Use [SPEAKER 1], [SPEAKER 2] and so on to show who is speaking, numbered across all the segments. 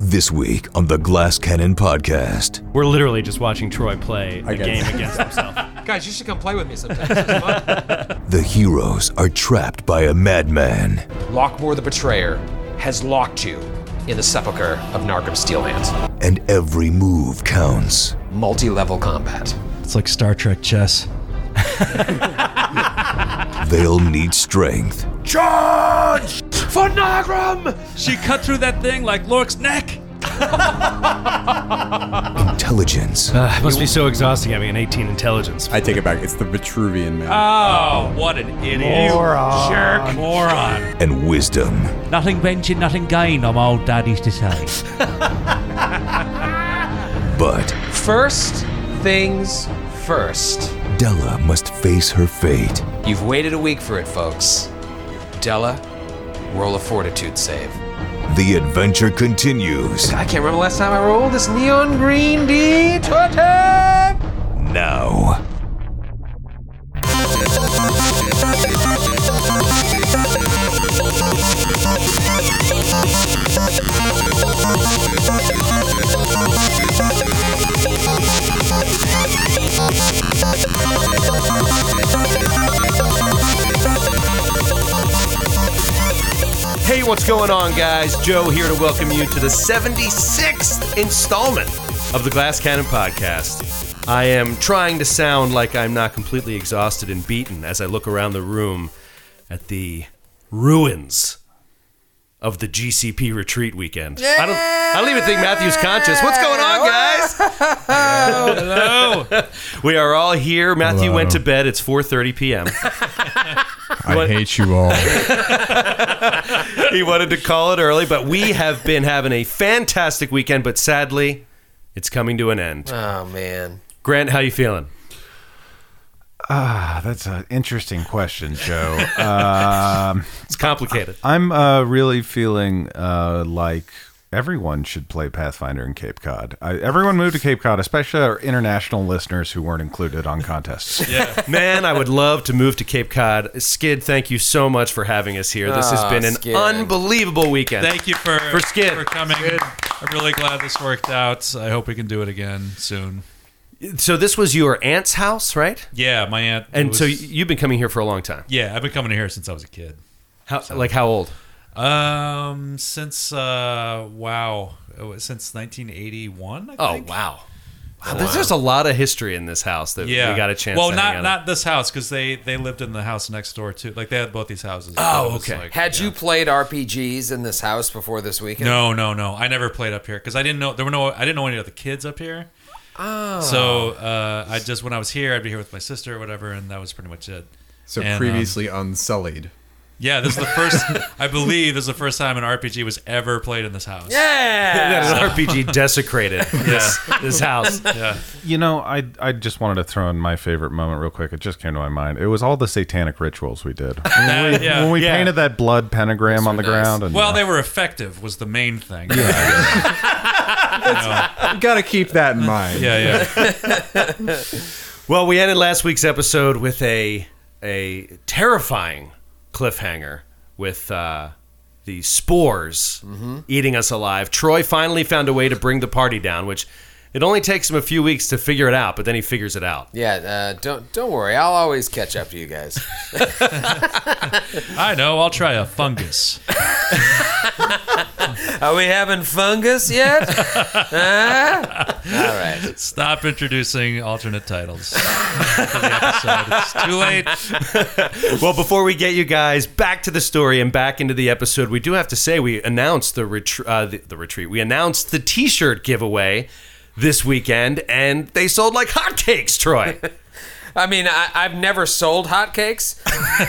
[SPEAKER 1] This week on the Glass Cannon Podcast.
[SPEAKER 2] We're literally just watching Troy play a
[SPEAKER 3] guess.
[SPEAKER 2] game against himself.
[SPEAKER 4] Guys, you should come play with me sometimes. This is fun.
[SPEAKER 1] The heroes are trapped by a madman.
[SPEAKER 4] Lockmore the Betrayer has locked you in the sepulcher of Nargrim Steelhands.
[SPEAKER 1] and every move counts.
[SPEAKER 4] Multi level combat.
[SPEAKER 5] It's like Star Trek chess.
[SPEAKER 1] They'll need strength,
[SPEAKER 6] She cut through that thing like Lork's neck.
[SPEAKER 1] intelligence,
[SPEAKER 7] Ah.
[SPEAKER 2] it must be so exhausting having an 18 intelligence.
[SPEAKER 3] I take it back. It's the Vitruvian
[SPEAKER 8] Ah,
[SPEAKER 3] man.
[SPEAKER 6] Oh, what an idiot. Moron. Jerk. Moron.
[SPEAKER 1] and wisdom.
[SPEAKER 6] Nothing ventured, nothing gained, I'm old dad used to say.
[SPEAKER 1] But
[SPEAKER 4] First things first.
[SPEAKER 1] Della must face her fate.
[SPEAKER 4] You've waited a week for it, folks. Della, roll a fortitude save.
[SPEAKER 1] The adventure continues
[SPEAKER 4] I can't remember the last time I rolled this neon green D20!
[SPEAKER 1] now.
[SPEAKER 7] Hey, what's going on, guys? Joe here to welcome you to the 76th installment of the Glass Cannon Podcast. I am trying to sound like I'm not completely exhausted and beaten as I look around the room at the ruins of the GCP retreat weekend. I don't I don't even think Matthew's conscious. What's going on, guys? Hello. we are all here. Matthew
[SPEAKER 3] Hello.
[SPEAKER 7] went to bed. It's 4:30 p.m.
[SPEAKER 3] I hate you all.
[SPEAKER 7] he wanted to call it early, but we have been having a fantastic weekend, but sadly, it's coming to an end.
[SPEAKER 4] Oh, man.
[SPEAKER 7] Grant, how you feeling?
[SPEAKER 8] Ah, that's an interesting question, Joe. um,
[SPEAKER 7] It's complicated.
[SPEAKER 8] I'm uh, really feeling uh, like everyone should play Pathfinder in Cape Cod. I, everyone moved to Cape Cod, especially our international listeners who weren't included on contests.
[SPEAKER 7] Man, I would love to move to Cape Cod. Skid, thank you so much for having us here. This has
[SPEAKER 4] Ah,
[SPEAKER 7] been an
[SPEAKER 4] Skid.
[SPEAKER 7] unbelievable weekend.
[SPEAKER 6] Thank you for,
[SPEAKER 7] For Skid.
[SPEAKER 6] for coming. I'm really glad this worked out. I hope we can do it again soon.
[SPEAKER 7] So this was your aunt's house, right?
[SPEAKER 6] Yeah, my aunt.
[SPEAKER 7] And so y-
[SPEAKER 6] was-
[SPEAKER 7] you've been coming here for a long time.
[SPEAKER 6] yeah, I've been coming here since I was a kid.
[SPEAKER 7] How, like how old?
[SPEAKER 6] Um, since uh, wow, It was since 1981. I
[SPEAKER 7] Oh
[SPEAKER 6] think?
[SPEAKER 7] wow. Wow, There's just a lot of histostory in this house that
[SPEAKER 6] Yeah,
[SPEAKER 7] we got a chance.
[SPEAKER 6] Well,
[SPEAKER 7] to
[SPEAKER 6] not
[SPEAKER 7] hang out
[SPEAKER 6] not this house because they they lived in the house next door too. Like they had both these houses.
[SPEAKER 7] Oh,
[SPEAKER 6] It was
[SPEAKER 7] okay.
[SPEAKER 6] Like,
[SPEAKER 4] Had you played RPGs in this house before this weekend?
[SPEAKER 6] no, no, no. I never played up here because I didn't know there were no. I didn't know any of the kids up here. Oh. So uh, I just when I was here, I'd be here with my sister or whatever, and that was pretty much it.
[SPEAKER 3] So
[SPEAKER 6] And, um,
[SPEAKER 3] previously unsullied.
[SPEAKER 6] Yeah, this is the first. I believe this is the first time an RPG was ever played in this house.
[SPEAKER 4] Yeah!
[SPEAKER 7] An RPG desecrated this, this house.
[SPEAKER 8] you know, I I just wanted to throw in my favorite moment real quick. It just came to my mind. It was all the satanic rituals we did. When we,
[SPEAKER 6] yeah,
[SPEAKER 8] when we
[SPEAKER 6] yeah.
[SPEAKER 8] painted that blood pentagram on the ground. And,
[SPEAKER 6] Well,
[SPEAKER 8] uh,
[SPEAKER 6] they were effective was the main thing.
[SPEAKER 3] Got to keep that in mind.
[SPEAKER 6] Yeah, yeah.
[SPEAKER 7] Well, we ended last week's episode with a a terrifying cliffhanger with uh, the spores
[SPEAKER 4] Mm-hmm.
[SPEAKER 7] eating us alive. Troy finally found a way to bring the party down, which it only takes him a few weeks to figure it out, but then he figures it out.
[SPEAKER 4] Yeah, uh, don't don't worry. I'll always catch up to you guys.
[SPEAKER 6] I know. I'll try a fungus.
[SPEAKER 4] Are we having fungus yet? Huh? All right.
[SPEAKER 6] Stop introducing alternate titles. for the episode. It's too late.
[SPEAKER 7] Well, before we get you guys back to the story and back into the episode, we do have to say we announced the, retr uh, the, the retreat. We announced the T-shirt giveaway this weekend, and they sold like hotcakes. Troy.
[SPEAKER 4] I mean, I, I've never sold hotcakes,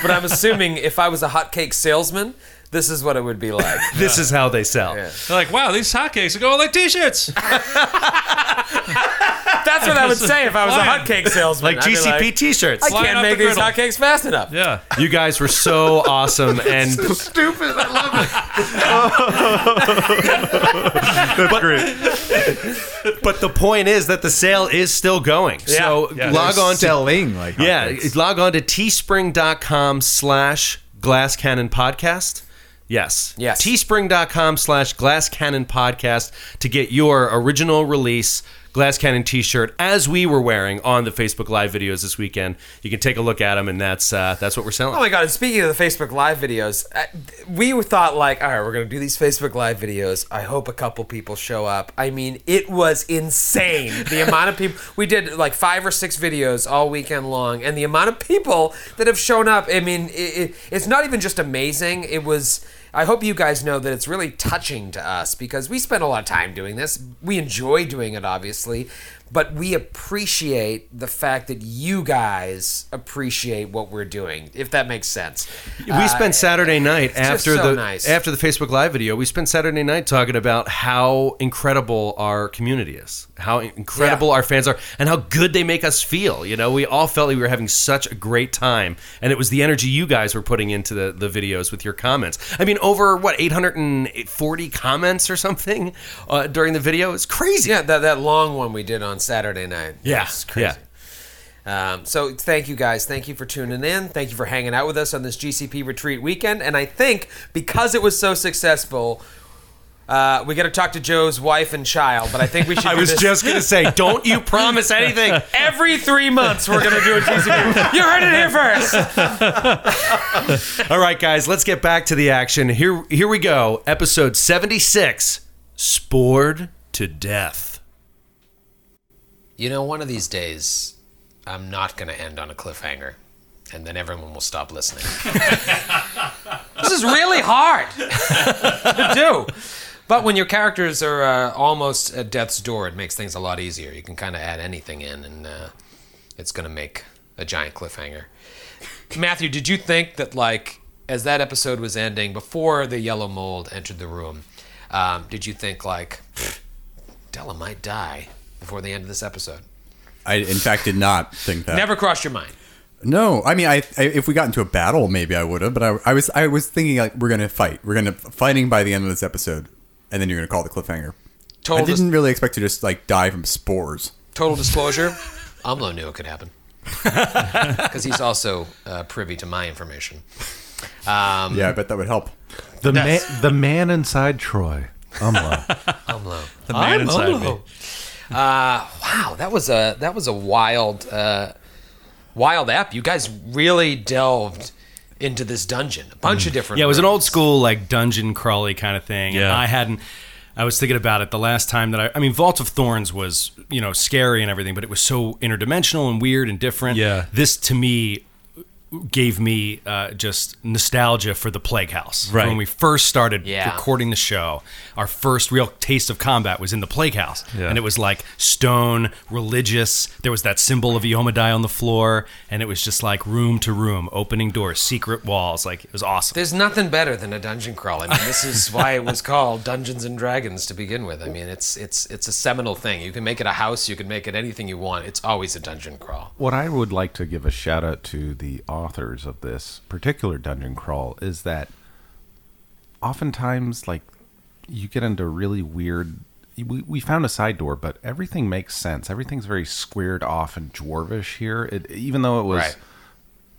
[SPEAKER 4] but I'm assuming if I was a hotcake salesman, this is what it would be like.
[SPEAKER 7] This is how they sell.
[SPEAKER 6] They're like, wow, these hotcakes are going like t-shirts.
[SPEAKER 4] That's what I would say if I was a
[SPEAKER 6] Lion.
[SPEAKER 4] hotcake salesman.
[SPEAKER 7] Like
[SPEAKER 4] I'd be
[SPEAKER 7] GCP t-shirts.
[SPEAKER 4] I
[SPEAKER 6] Lion
[SPEAKER 4] can't
[SPEAKER 6] up
[SPEAKER 4] make
[SPEAKER 6] the
[SPEAKER 4] these
[SPEAKER 6] griddle."
[SPEAKER 4] hotcakes fast enough.
[SPEAKER 6] Yeah.
[SPEAKER 7] You guys were so awesome, and
[SPEAKER 8] stupid. I love it.
[SPEAKER 7] but the point is that the sale is still going. so
[SPEAKER 6] Yeah.
[SPEAKER 7] log
[SPEAKER 3] They're
[SPEAKER 7] on to
[SPEAKER 3] selling like
[SPEAKER 7] yeah,
[SPEAKER 3] hotcakes.
[SPEAKER 7] log on to teespring.com slash glass cannon podcast
[SPEAKER 9] Yes.
[SPEAKER 4] Yes.
[SPEAKER 9] Teespring.com slash Glass Cannon Podcast to get your original release Glass Cannon t shirt as we were wearing on the Facebook Live videos this weekend. You can take a look at them, and that's uh, that's what we're selling.
[SPEAKER 4] Oh my god! And speaking of the Facebook Live videos, I, th- we thought like, all right, we're gonna do these Facebook Live videos. I hope a couple people show up. I mean, it was insane the amount of people. We did like five or six videos all weekend long, and the amount of people that have shown up. I mean, it, it, it's not even just amazing. It was. I hope you guys know that it's really touching to us because we spend a lot of time doing this. We enjoy doing it, obviously, but we appreciate the fact that you guys appreciate what we're doing, if that makes sense. Uh,
[SPEAKER 9] we spent Saturday night
[SPEAKER 4] just
[SPEAKER 9] after
[SPEAKER 4] so
[SPEAKER 9] the
[SPEAKER 4] nice.
[SPEAKER 9] after the Facebook Live video. We spent Saturday night talking about how incredible our community is, how incredible
[SPEAKER 4] Yeah.
[SPEAKER 9] our fans are, and how good they make us feel. You know, we all felt like we were having such a great time, and it was the energy you guys were putting into the, the videos with your comments. I mean, over what 840 comments or something uh, during the video. It's crazy.
[SPEAKER 4] Yeah, that, that long one we did on Saturday night.
[SPEAKER 9] yeah,
[SPEAKER 4] It's crazy.
[SPEAKER 9] yeah.
[SPEAKER 4] Um, so thank you guys. Thank you for tuning in. Thank you for hanging out with us on this GCP retreat weekend. And I think because it was so successful, uh, we got to talk to Joe's wife and child. But I think we should.
[SPEAKER 9] I
[SPEAKER 4] do
[SPEAKER 9] was
[SPEAKER 4] this-
[SPEAKER 9] just gonna say, don't you promise anything.
[SPEAKER 4] every three months we're gonna do a GCP. you heard it here first.
[SPEAKER 9] All right, guys, let's get back to the action. Here, here we go. Episode seventy-six. Spored to death.
[SPEAKER 4] You know, one of these days, I'm not going to end on a cliffhanger, and then everyone will stop listening. this is really hard to do. But when your characters are uh, almost at death's door, it makes things a lot easier. You can kind of add anything in, and uh, it's going to make a giant cliffhanger. Matthew, did you think that, like, as that episode was ending, before the yellow mold entered the room, um, did you think, like, Della might die before the end of this episode?
[SPEAKER 3] I, in fact, did not think that.
[SPEAKER 4] Never crossed your mind.
[SPEAKER 3] No, I mean, I, I if we got into a battle, maybe I would have. But I, I was, I was thinking like we're gonna fight. We're gonna fighting by the end of this episode, and then you're gonna call it the cliffhanger.
[SPEAKER 4] Total,
[SPEAKER 3] I
[SPEAKER 4] dis-
[SPEAKER 3] didn't really expect to just like die from spores.
[SPEAKER 4] total disclosure, Umlo knew it could happen. Because he's also uh, privy to my information. Um,
[SPEAKER 3] Yeah, I bet that would help.
[SPEAKER 8] The man, the man inside Troy. Umla.
[SPEAKER 4] Umlo.
[SPEAKER 6] The man inside me.
[SPEAKER 4] Wow, that was a that was a wild uh, wild app. You guys really delved into this dungeon. A bunch of different
[SPEAKER 7] Mm. Yeah, it was an
[SPEAKER 4] rooms.
[SPEAKER 7] old school like dungeon crawly kind of thing. And
[SPEAKER 6] Yeah.
[SPEAKER 7] I hadn't. I was thinking about it the last time that I. I mean, Vault of Thorns was you know scary and everything, but it was so interdimensional and weird and different.
[SPEAKER 6] Yeah.
[SPEAKER 7] This to me gave me uh, just nostalgia for the Plague House.
[SPEAKER 6] Right.
[SPEAKER 7] When we first started
[SPEAKER 4] Yeah.
[SPEAKER 7] recording the show, our first real taste of combat was in the Plague House.
[SPEAKER 6] Yeah.
[SPEAKER 7] And it was like stone, religious. There was that symbol of Yomadai on the floor. And it was just like room to room, opening doors, secret walls. Like it was awesome.
[SPEAKER 4] There's nothing better than a dungeon crawl. I mean, this is why it was called Dungeons and Dragons to begin with. I mean, it's it's it's a seminal thing. You can make it a house, you can make it anything you want. It's always a dungeon crawl.
[SPEAKER 8] what I would like to give a shout out to the authors of this particular dungeon crawl is that oftentimes, like, you get into really weird. We, we found a side door, but everything makes sense. Everything's very squared off and dwarvish here. It, even though it was
[SPEAKER 4] Right.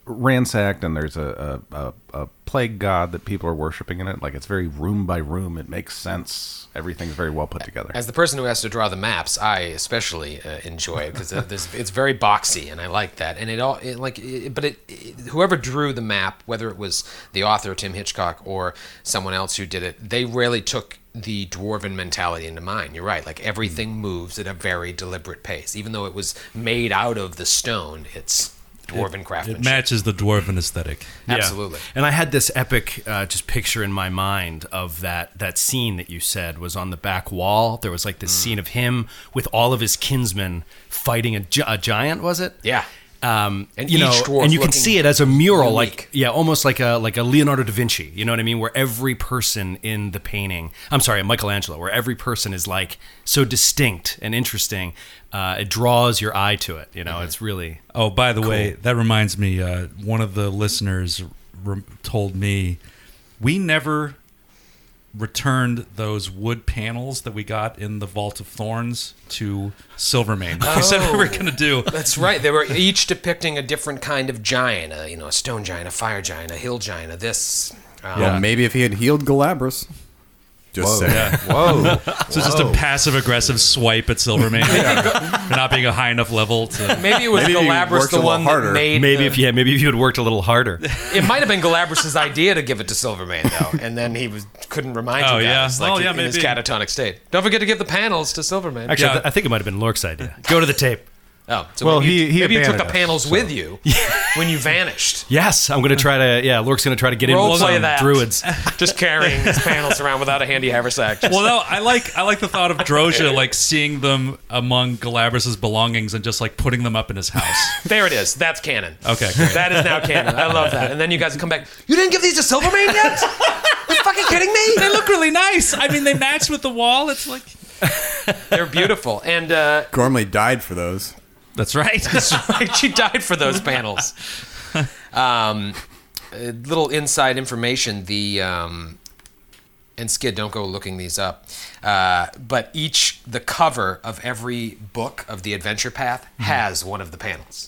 [SPEAKER 8] ransacked and there's a, a, a, a plague god that people are worshiping in it, like, it's very room by room. It makes sense. Everything's very well put together.
[SPEAKER 4] As the person who has to draw the maps, I especially uh, enjoy it because it's very boxy, and I like that. And it all it, like, it, but it, it- whoever drew the map, whether it was the author Tim Hitchcock or someone else who did it, they really took the dwarven mentality into mind. You're right; like everything
[SPEAKER 6] Mm-hmm.
[SPEAKER 4] moves at a very deliberate pace, even though it was made out of the stone. It's dwarven
[SPEAKER 6] It
[SPEAKER 4] craftsmanship.
[SPEAKER 6] matches the dwarven aesthetic.
[SPEAKER 7] Yeah.
[SPEAKER 4] Absolutely.
[SPEAKER 7] And I had this epic uh, just picture in my mind of that that scene that you said was on the back wall. There was like this
[SPEAKER 4] Mm.
[SPEAKER 7] scene of him with all of his kinsmen fighting a, gi- a giant. Was it?
[SPEAKER 4] Yeah.
[SPEAKER 7] Um,
[SPEAKER 4] And
[SPEAKER 7] you
[SPEAKER 4] each
[SPEAKER 7] know,
[SPEAKER 4] dwarf
[SPEAKER 7] and you can
[SPEAKER 4] looking
[SPEAKER 7] see it as a mural,
[SPEAKER 4] unique.
[SPEAKER 7] like yeah, almost like a like a Leonardo da Vinci. You know what I mean? Where every person in the painting, I'm sorry, a Michelangelo, where every person is like so distinct and interesting. Uh, it draws your eye to it. You
[SPEAKER 4] Mm-hmm.
[SPEAKER 7] know, it's really
[SPEAKER 6] Oh, by the way, that reminds me. Uh, one of the listeners re- told me we never returned those wood panels that we got in the Vault of Thorns to Silvermane. We said we were going to do.
[SPEAKER 4] That's right. They were each depicting a different kind of giant, a, you know, a stone giant, a fire giant, a hill giant, a this. um,
[SPEAKER 3] Well, maybe if he had healed Galabras. Just saying.
[SPEAKER 8] Whoa.
[SPEAKER 6] So it's just a passive aggressive swipe at Silvermane for not being a high enough level to.
[SPEAKER 4] Maybe it was
[SPEAKER 3] Maybe he
[SPEAKER 4] Galabras
[SPEAKER 3] worked a
[SPEAKER 4] the
[SPEAKER 3] little
[SPEAKER 4] one
[SPEAKER 3] harder.
[SPEAKER 4] that made.
[SPEAKER 7] Maybe
[SPEAKER 4] the-
[SPEAKER 7] if yeah, maybe if you had worked a little harder.
[SPEAKER 4] it might have been Galabras' idea to give it to Silverman though, and then he was couldn't remind
[SPEAKER 6] Oh,
[SPEAKER 4] you
[SPEAKER 6] yeah.
[SPEAKER 4] guys like
[SPEAKER 6] Well, yeah,
[SPEAKER 4] in his
[SPEAKER 6] maybe.
[SPEAKER 4] catatonic state. Don't forget to give the panels to Silverman.
[SPEAKER 7] Actually, I
[SPEAKER 6] Yeah.
[SPEAKER 7] th- I think it might have been Lork's idea. Go to the tape.
[SPEAKER 4] oh, so
[SPEAKER 8] Well,
[SPEAKER 4] maybe, you-
[SPEAKER 8] he- he
[SPEAKER 4] maybe you took the
[SPEAKER 8] abandoned us,
[SPEAKER 4] panels with you when you vanished.
[SPEAKER 7] Yes, I'm gonna try to. Yeah, Lork's gonna try to get in
[SPEAKER 4] Role
[SPEAKER 7] with
[SPEAKER 4] play
[SPEAKER 7] some
[SPEAKER 4] that.
[SPEAKER 7] druids.
[SPEAKER 4] Just carrying his panels around without a handy haversack. Just-
[SPEAKER 6] Well, no, I like I like the thought of Droja like seeing them among Galabras' belongings and just like putting them up in his house.
[SPEAKER 4] there it is. That's canon.
[SPEAKER 6] Okay, great.
[SPEAKER 4] That is now canon. I love that. And then you guys come back. You didn't give these to Silverman yet? Are you fucking kidding me?
[SPEAKER 6] they look really nice. I mean, they match with the wall. It's like
[SPEAKER 4] They're beautiful. And uh,
[SPEAKER 3] Gormley died for those.
[SPEAKER 6] that's right.
[SPEAKER 4] like she died for those panels. Um, a little inside information: the um, and Skid, don't go looking these up. Uh, but each the cover of every book of the Adventure Path has one of the panels.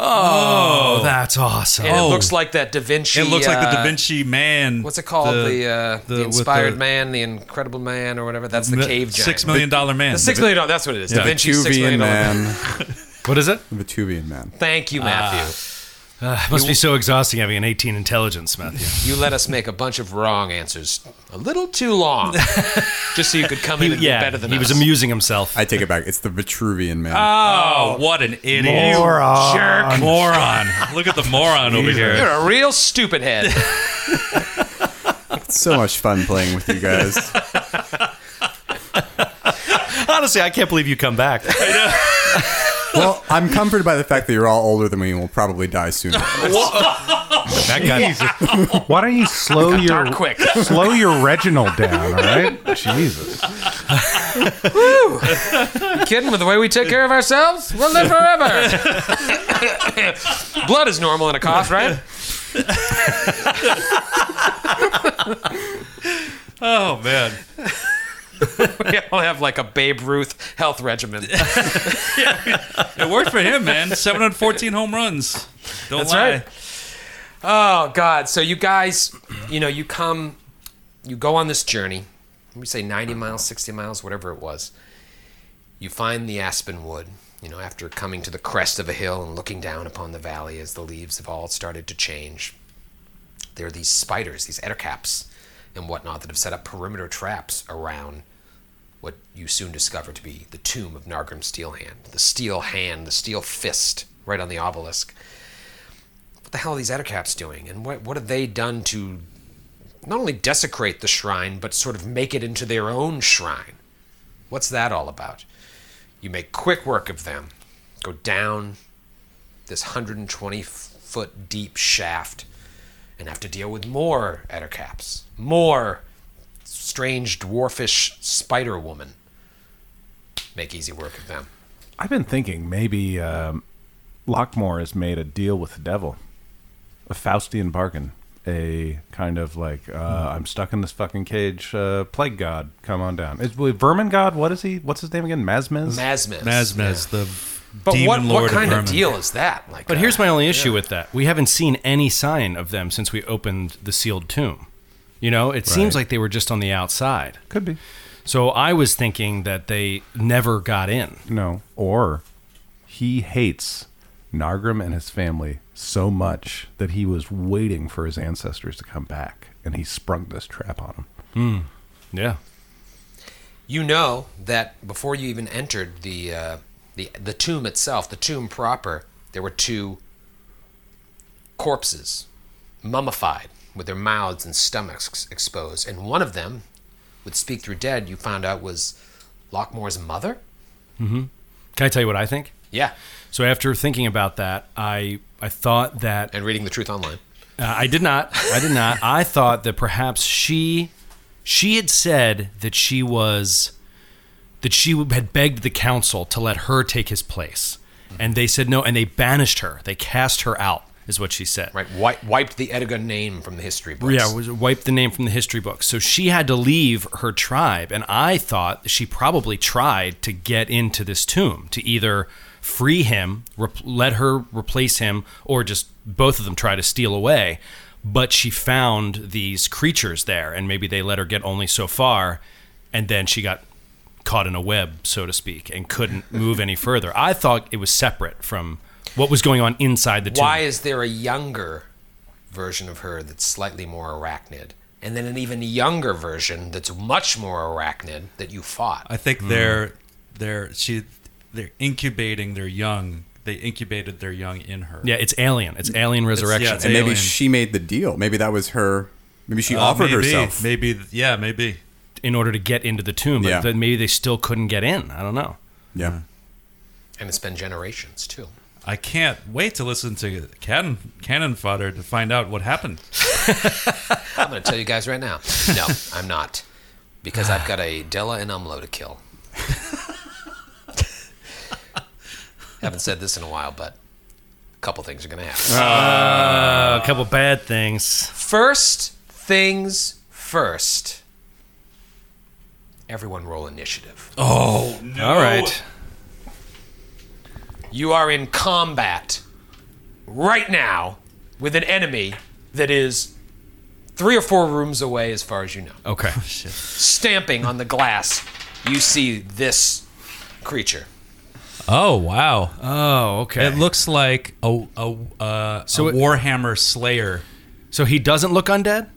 [SPEAKER 7] Hmm. Oh, that's awesome.
[SPEAKER 4] And it looks like that Da Vinci.
[SPEAKER 6] Oh. It looks like the Da
[SPEAKER 4] uh,
[SPEAKER 6] Vinci Man.
[SPEAKER 4] What's it called? The uh, the,
[SPEAKER 6] with
[SPEAKER 4] Inspired Man, the Incredible Man, or whatever. That's the, cave giant.
[SPEAKER 6] Six million dollar man.
[SPEAKER 4] The six million dollar. That's what it is. Da Vinci. Six
[SPEAKER 3] Vitruvian
[SPEAKER 4] million dollar.
[SPEAKER 3] man.
[SPEAKER 7] What is it?
[SPEAKER 3] Vitruvian man.
[SPEAKER 4] Thank you, Matthew.
[SPEAKER 6] Ah.
[SPEAKER 7] It must be so exhausting having an 18 intelligence, Matthew.
[SPEAKER 4] You let us make a bunch of wrong answers a little too long, just so you could come in and
[SPEAKER 7] yeah,
[SPEAKER 4] be better than
[SPEAKER 7] he was
[SPEAKER 4] us.
[SPEAKER 7] amusing himself.
[SPEAKER 3] I take it back. It's the Vitruvian man.
[SPEAKER 6] Oh, what an idiot.
[SPEAKER 8] Moron.
[SPEAKER 6] Jerk. Moron. Look at the moron over here.
[SPEAKER 4] You're a real stupid head.
[SPEAKER 3] It's so much fun playing with you guys.
[SPEAKER 7] Honestly, I can't believe you come back.
[SPEAKER 3] well, I'm comforted by the fact that you're all older than me and will probably die sooner.
[SPEAKER 7] that guy.
[SPEAKER 8] Why don't you slow your
[SPEAKER 4] Darn quick.
[SPEAKER 8] slow your Reginald down, all right? Jesus.
[SPEAKER 4] Kidding with the way we take care of ourselves, we'll live forever. Blood is normal in a cough, right?
[SPEAKER 6] Oh man.
[SPEAKER 4] We all have like a Babe Ruth health regimen.
[SPEAKER 6] It worked for him, man. 714 home runs. Don't
[SPEAKER 4] That's
[SPEAKER 6] lie.
[SPEAKER 4] right. Oh God! So you guys, you know, you come, you go on this journey. Let me say ninety miles, sixty miles, whatever it was. You find the aspen wood. You know, after coming to the crest of a hill and looking down upon the valley as the leaves have all started to change, there are these spiders, these ettercaps, and whatnot that have set up perimeter traps around what you soon discover to be the tomb of Nargrim Steelhand, the steel hand, the steel fist, right on the obelisk what the hell are these ettercaps doing and what, what have they done to not only desecrate the shrine but sort of make it into their own shrine what's that all about you make quick work of them go down this 120 f- foot deep shaft and have to deal with more ettercaps more strange dwarfish spider woman make easy work of them
[SPEAKER 8] I've been thinking maybe um, Lockmore has made a deal with the devil, a Faustian bargain, a kind of like uh, I'm stuck in this fucking cage. Uh, plague god, come on down. Is well, vermin god? What is he? What's his name again? Masmez.
[SPEAKER 4] Masmith.
[SPEAKER 6] Mazmez, the
[SPEAKER 4] but
[SPEAKER 6] demon
[SPEAKER 4] what,
[SPEAKER 6] lord
[SPEAKER 4] what kind of,
[SPEAKER 6] vermin.
[SPEAKER 4] deal is that like
[SPEAKER 7] But
[SPEAKER 4] uh,
[SPEAKER 7] here's my only issue with that. We haven't seen any sign of them since we opened the sealed tomb. You know, it seems like they were just on the outside.
[SPEAKER 8] Could be.
[SPEAKER 7] So I was thinking that they never got in.
[SPEAKER 8] No. Or he hates Nargrim and his family so much that he was waiting for his ancestors to come back, and he sprung this trap on him.
[SPEAKER 7] Yeah.
[SPEAKER 4] you know that before you even entered the uh, the the tomb itself, the tomb proper, there were two corpses, mummified, with their mouths and stomachs exposed, and one of them would speak through dead. You found out was Lockmore's mother.
[SPEAKER 7] Can I tell you what I think?
[SPEAKER 4] Yeah,
[SPEAKER 7] So after thinking about that, I I thought that
[SPEAKER 4] and reading the truth online.
[SPEAKER 7] Uh, I did not. I did not. I thought that perhaps she she had said that she was that she had begged the council to let her take his place, and they said no, and they banished her. They cast her out, is what she said.
[SPEAKER 4] Right, wi- wiped the Edgar name from the history books.
[SPEAKER 7] Yeah, was wiped the name from the history books. So she had to leave her tribe, and I thought that she probably tried to get into this tomb to either free him, rep- let her replace him, or just both of them try to steal away. but she found these creatures there, and maybe they let her get only so far, and then she got caught in a web, so to speak, and couldn't move any further. I thought it was separate from what was going on inside the tomb.
[SPEAKER 4] Why is there a younger version of her that's slightly more arachnid? And then an even younger version that's much more arachnid that you fought.
[SPEAKER 6] I think they're they're she they're incubating their young. They incubated their young in her.
[SPEAKER 7] Yeah, it's Alien. It's Alien Resurrection.
[SPEAKER 6] it's
[SPEAKER 3] and maybe
[SPEAKER 6] alien.
[SPEAKER 3] she made the deal. Maybe that was her. Maybe she
[SPEAKER 6] Uh,
[SPEAKER 3] offered
[SPEAKER 6] maybe,
[SPEAKER 3] herself.
[SPEAKER 6] Maybe yeah, maybe.
[SPEAKER 7] in order to get into the tomb, but
[SPEAKER 3] Yeah.
[SPEAKER 7] then maybe they still couldn't get in. I don't know.
[SPEAKER 3] Yeah.
[SPEAKER 4] and it's been generations, too.
[SPEAKER 6] I can't wait to listen to cannon cannon fodder to find out what happened.
[SPEAKER 4] I'm going to tell you guys right now. No, I'm not. Because I've got a Della and Umlo to kill. Haven't said this in a while, but a couple things are going to happen.
[SPEAKER 7] A couple bad things.
[SPEAKER 4] First things first. Everyone roll initiative.
[SPEAKER 7] Oh, All right.
[SPEAKER 4] You are in combat right now with an enemy that is three or four rooms away, as far as you know.
[SPEAKER 7] Okay.
[SPEAKER 4] Stamping on the glass, you see this creature.
[SPEAKER 6] Oh wow!
[SPEAKER 7] Oh, okay.
[SPEAKER 6] It looks like a a, uh,
[SPEAKER 7] So
[SPEAKER 6] a
[SPEAKER 7] it-
[SPEAKER 6] Warhammer Slayer.
[SPEAKER 7] so he doesn't look undead?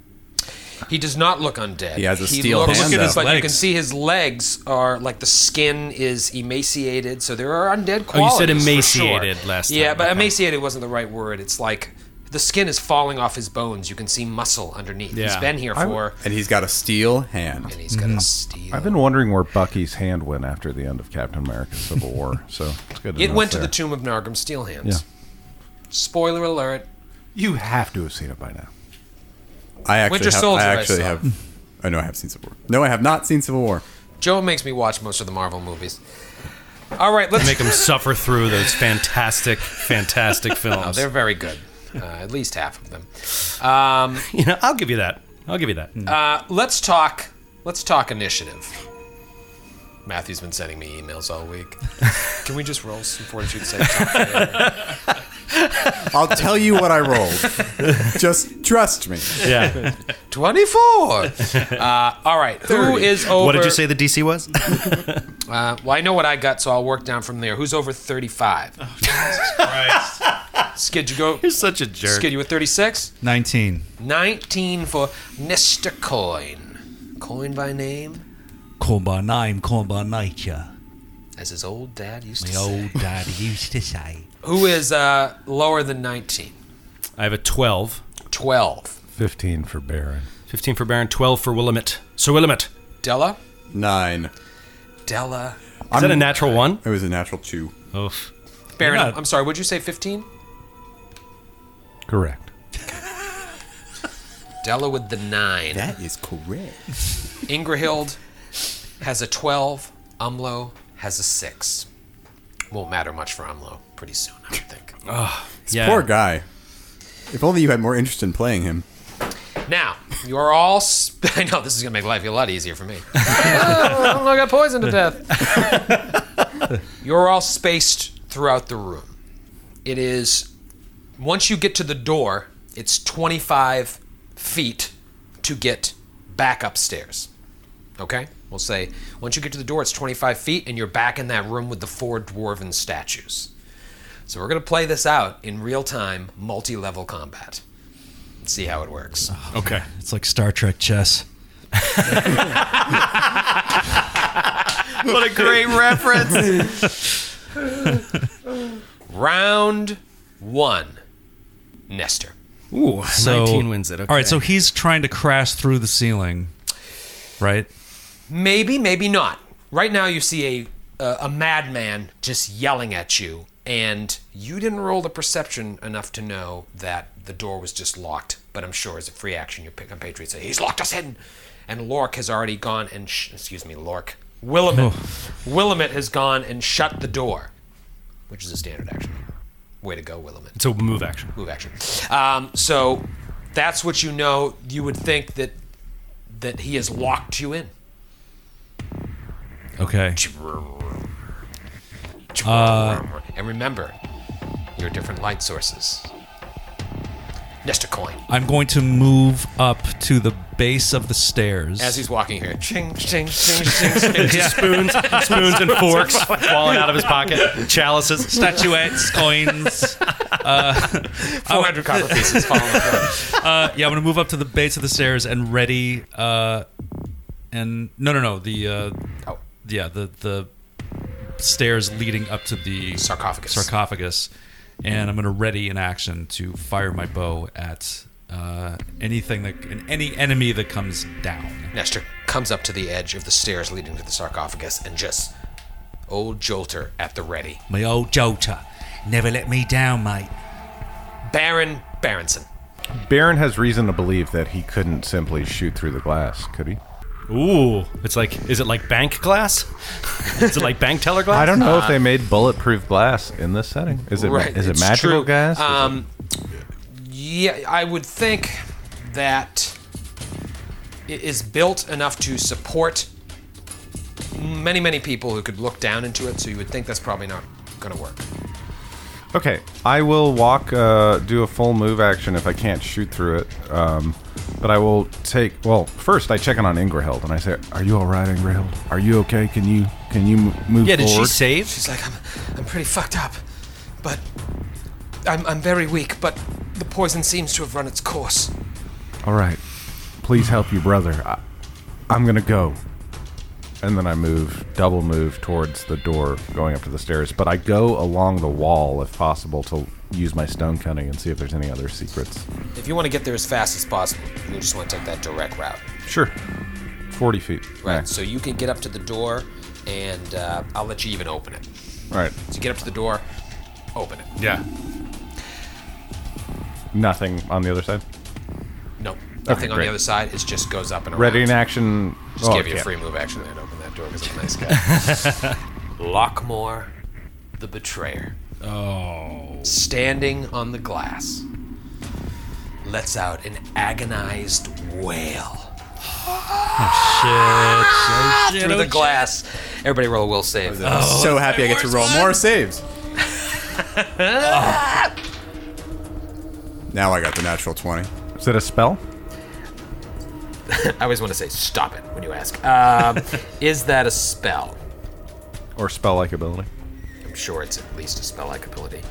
[SPEAKER 4] He does not look undead.
[SPEAKER 3] He has a steel
[SPEAKER 4] looks,
[SPEAKER 3] hand, Look at his
[SPEAKER 4] but you
[SPEAKER 6] legs.
[SPEAKER 4] can see his legs are like the skin is emaciated, so there are undead
[SPEAKER 7] Oh, you
[SPEAKER 4] qualities.
[SPEAKER 7] said
[SPEAKER 4] for sure.
[SPEAKER 7] emaciated last time,
[SPEAKER 4] Yeah, but
[SPEAKER 7] okay.
[SPEAKER 4] emaciated wasn't the right word. It's like the skin is falling off his bones. You can see muscle underneath. He's
[SPEAKER 7] Yeah.
[SPEAKER 4] been here
[SPEAKER 8] I'm-
[SPEAKER 4] for,
[SPEAKER 3] And he's got a steel hand.
[SPEAKER 4] and he's
[SPEAKER 3] Mm-hmm.
[SPEAKER 4] got a steel.
[SPEAKER 8] I've been wondering where Bucky's hand went after the end of Captain America: Civil War. So it's good.
[SPEAKER 4] it
[SPEAKER 8] enough
[SPEAKER 4] went to
[SPEAKER 8] there.
[SPEAKER 4] the tomb of Nargum Steelhands.
[SPEAKER 8] Yeah.
[SPEAKER 4] Spoiler alert.
[SPEAKER 8] You have to have seen it by now.
[SPEAKER 3] I actually
[SPEAKER 4] Winter
[SPEAKER 3] have,
[SPEAKER 4] Soldier,
[SPEAKER 3] I
[SPEAKER 4] I
[SPEAKER 3] actually
[SPEAKER 4] saw.
[SPEAKER 3] have. Oh no, I have seen Civil War. No, I have not seen Civil War.
[SPEAKER 4] Joe makes me watch most of the Marvel movies. All right, let's
[SPEAKER 7] Make him suffer through those fantastic, fantastic
[SPEAKER 4] Oh,
[SPEAKER 7] films.
[SPEAKER 4] they're very good. Uh, at least half of them. Um,
[SPEAKER 7] you know, I'll give you that. I'll give you that.
[SPEAKER 4] Uh, let's talk. Let's talk initiative. Matthew's been sending me emails all week. Can we just roll some fortitude saves?
[SPEAKER 3] I'll tell you what I rolled. Just trust me.
[SPEAKER 7] yeah.
[SPEAKER 4] Twenty-four. Uh, all right. Who is over?
[SPEAKER 7] What did you say the DC was?
[SPEAKER 4] Uh, well, I know what I got, so I'll work down from there. Who's over thirty-five? Skid, you go.
[SPEAKER 7] You're such a jerk.
[SPEAKER 4] Skid, you were thirty-six.
[SPEAKER 6] Nineteen.
[SPEAKER 4] Nineteen for Nestor Coin. Coin by name,
[SPEAKER 5] Come by name, come by nature.
[SPEAKER 4] as his old dad used to
[SPEAKER 5] The
[SPEAKER 4] say.
[SPEAKER 5] old dad used to say.
[SPEAKER 4] Who is uh, lower than nineteen?
[SPEAKER 7] I have a 12.
[SPEAKER 4] Twelve.
[SPEAKER 8] Fifteen for Baron.
[SPEAKER 7] 15 for Baron, 12 for Willamette. So Willamette,
[SPEAKER 4] Della.
[SPEAKER 3] Nine.
[SPEAKER 4] Della.
[SPEAKER 7] is that a natural one?
[SPEAKER 3] It was a natural two.
[SPEAKER 7] Oof.
[SPEAKER 4] Baron,
[SPEAKER 6] You're not-
[SPEAKER 4] I'm sorry, would you say 15?
[SPEAKER 8] Correct.
[SPEAKER 4] Della with the 9.
[SPEAKER 3] That is correct.
[SPEAKER 4] Ingrahild has a 12. Umlo has a 6. Won't matter much for Umlo pretty soon, I would think.
[SPEAKER 7] Yeah.
[SPEAKER 3] Poor guy. If only you had more interest in playing him.
[SPEAKER 4] now, you are all. s I I know this is going to make life a lot easier for me. Oh, I got poisoned to death. You're all spaced throughout the room. It is. Once you get to the door, it's 25 feet to get back upstairs. Okay? We'll say once you get to the door, it's 25 feet, and you're back in that room with the four dwarven statues. So we're going to play this out in real time, multi level combat. Let's see how it works.
[SPEAKER 7] Okay.
[SPEAKER 5] It's like Star Trek chess.
[SPEAKER 4] What a great reference. Round one. Nestor.
[SPEAKER 7] Ooh,
[SPEAKER 6] So,
[SPEAKER 7] 19 wins it. Okay.
[SPEAKER 6] All right, so he's trying to crash through the ceiling, right?
[SPEAKER 4] Maybe, maybe not. Right now, you see a uh, a madman just yelling at you, and you didn't roll the perception enough to know that the door was just locked. But I'm sure as a free action, your pick on Patriot say he's locked us in, and Lork has already gone and sh- excuse me, Lork Willamette Willamette has gone and shut the door, which is a standard action. Way to go, Willamette
[SPEAKER 7] So move action.
[SPEAKER 4] move action. Um, so that's what you know. You would think that that he has locked you in.
[SPEAKER 6] Okay.
[SPEAKER 4] and remember, your different light sources. Nest a coin.
[SPEAKER 6] I'm going to move up to the base of the stairs.
[SPEAKER 4] As he's walking here, ching, ching, ching,
[SPEAKER 7] spoons, spoons and forks falling out of his pocket. Chalices.
[SPEAKER 6] statuettes, coins.
[SPEAKER 4] four hundred copper pieces fall on the floor.
[SPEAKER 6] Uh, yeah, I'm gonna move up to the base of the stairs and ready. Uh, and no, no, no. The uh,
[SPEAKER 4] Oh.
[SPEAKER 6] yeah, the the stairs leading up to the
[SPEAKER 4] Sarcophagus.
[SPEAKER 6] Sarcophagus, and I'm gonna ready in action to fire my bow at uh, anything that any enemy that comes down.
[SPEAKER 4] Nestor comes up to the edge of the stairs leading to the sarcophagus and just old Jolter at the ready.
[SPEAKER 5] My old Jota. Never let me down, mate.
[SPEAKER 4] Baron Berenson.
[SPEAKER 8] Baron has reason to believe that he couldn't simply shoot through the glass, could he?
[SPEAKER 7] Ooh, it's like is it like bank glass? Is it like bank teller glass?
[SPEAKER 8] I don't know if they made bulletproof glass in this setting. Is it
[SPEAKER 4] Right,
[SPEAKER 8] is it
[SPEAKER 4] it's
[SPEAKER 8] magical
[SPEAKER 4] true.
[SPEAKER 8] glass? Is it-
[SPEAKER 4] Um, yeah, I would think that it is built enough to support many, many people who could look down into it. So you would think that's probably not going to work.
[SPEAKER 8] Okay, I will walk, uh, do a full move action if I can't shoot through it. Um, but I will take. Well, first I check in on Ingraheld and I say, "Are you all right, Ingraheld? Are you okay? Can you can you m- move
[SPEAKER 7] Yeah, did she
[SPEAKER 8] forward?"
[SPEAKER 7] save?
[SPEAKER 4] She's like, I'm, I'm pretty fucked up, but I'm, I'm very weak. But the poison seems to have run its course.
[SPEAKER 8] all right, please help your brother. I, I'm gonna go. And then I move, double move towards the door, going up to the stairs. But I go along the wall if possible to use my stone cunning and see if there's any other secrets.
[SPEAKER 4] If you want to get there as fast as possible, you just want to take that direct route,
[SPEAKER 8] Sure, forty feet.
[SPEAKER 4] right?
[SPEAKER 8] max.
[SPEAKER 4] So you can get up to the door, and uh, I'll let you even open it.
[SPEAKER 8] All right.
[SPEAKER 4] So get up to the door, open it.
[SPEAKER 7] Yeah.
[SPEAKER 8] Nothing on the other side.
[SPEAKER 4] No, nothing on
[SPEAKER 8] great.
[SPEAKER 4] the other side. It just goes up and around.
[SPEAKER 8] Ready in action.
[SPEAKER 4] Just
[SPEAKER 8] oh,
[SPEAKER 4] give you
[SPEAKER 8] okay.
[SPEAKER 4] a free move action and open that door because I'm a nice guy. Lockmore, the betrayer. Oh. Standing on the glass, lets out an agonized wail
[SPEAKER 8] Oh,
[SPEAKER 4] through the glass. Everybody roll a will save.
[SPEAKER 8] Oh,
[SPEAKER 3] I'm
[SPEAKER 7] Oh,
[SPEAKER 3] so happy I get to roll more saves. now I got the natural 20.
[SPEAKER 8] Is it a spell?
[SPEAKER 4] I always want to say stop it when you ask. Um, is that a spell?
[SPEAKER 8] Or spell like ability?
[SPEAKER 4] I'm sure it's at least a spell like ability.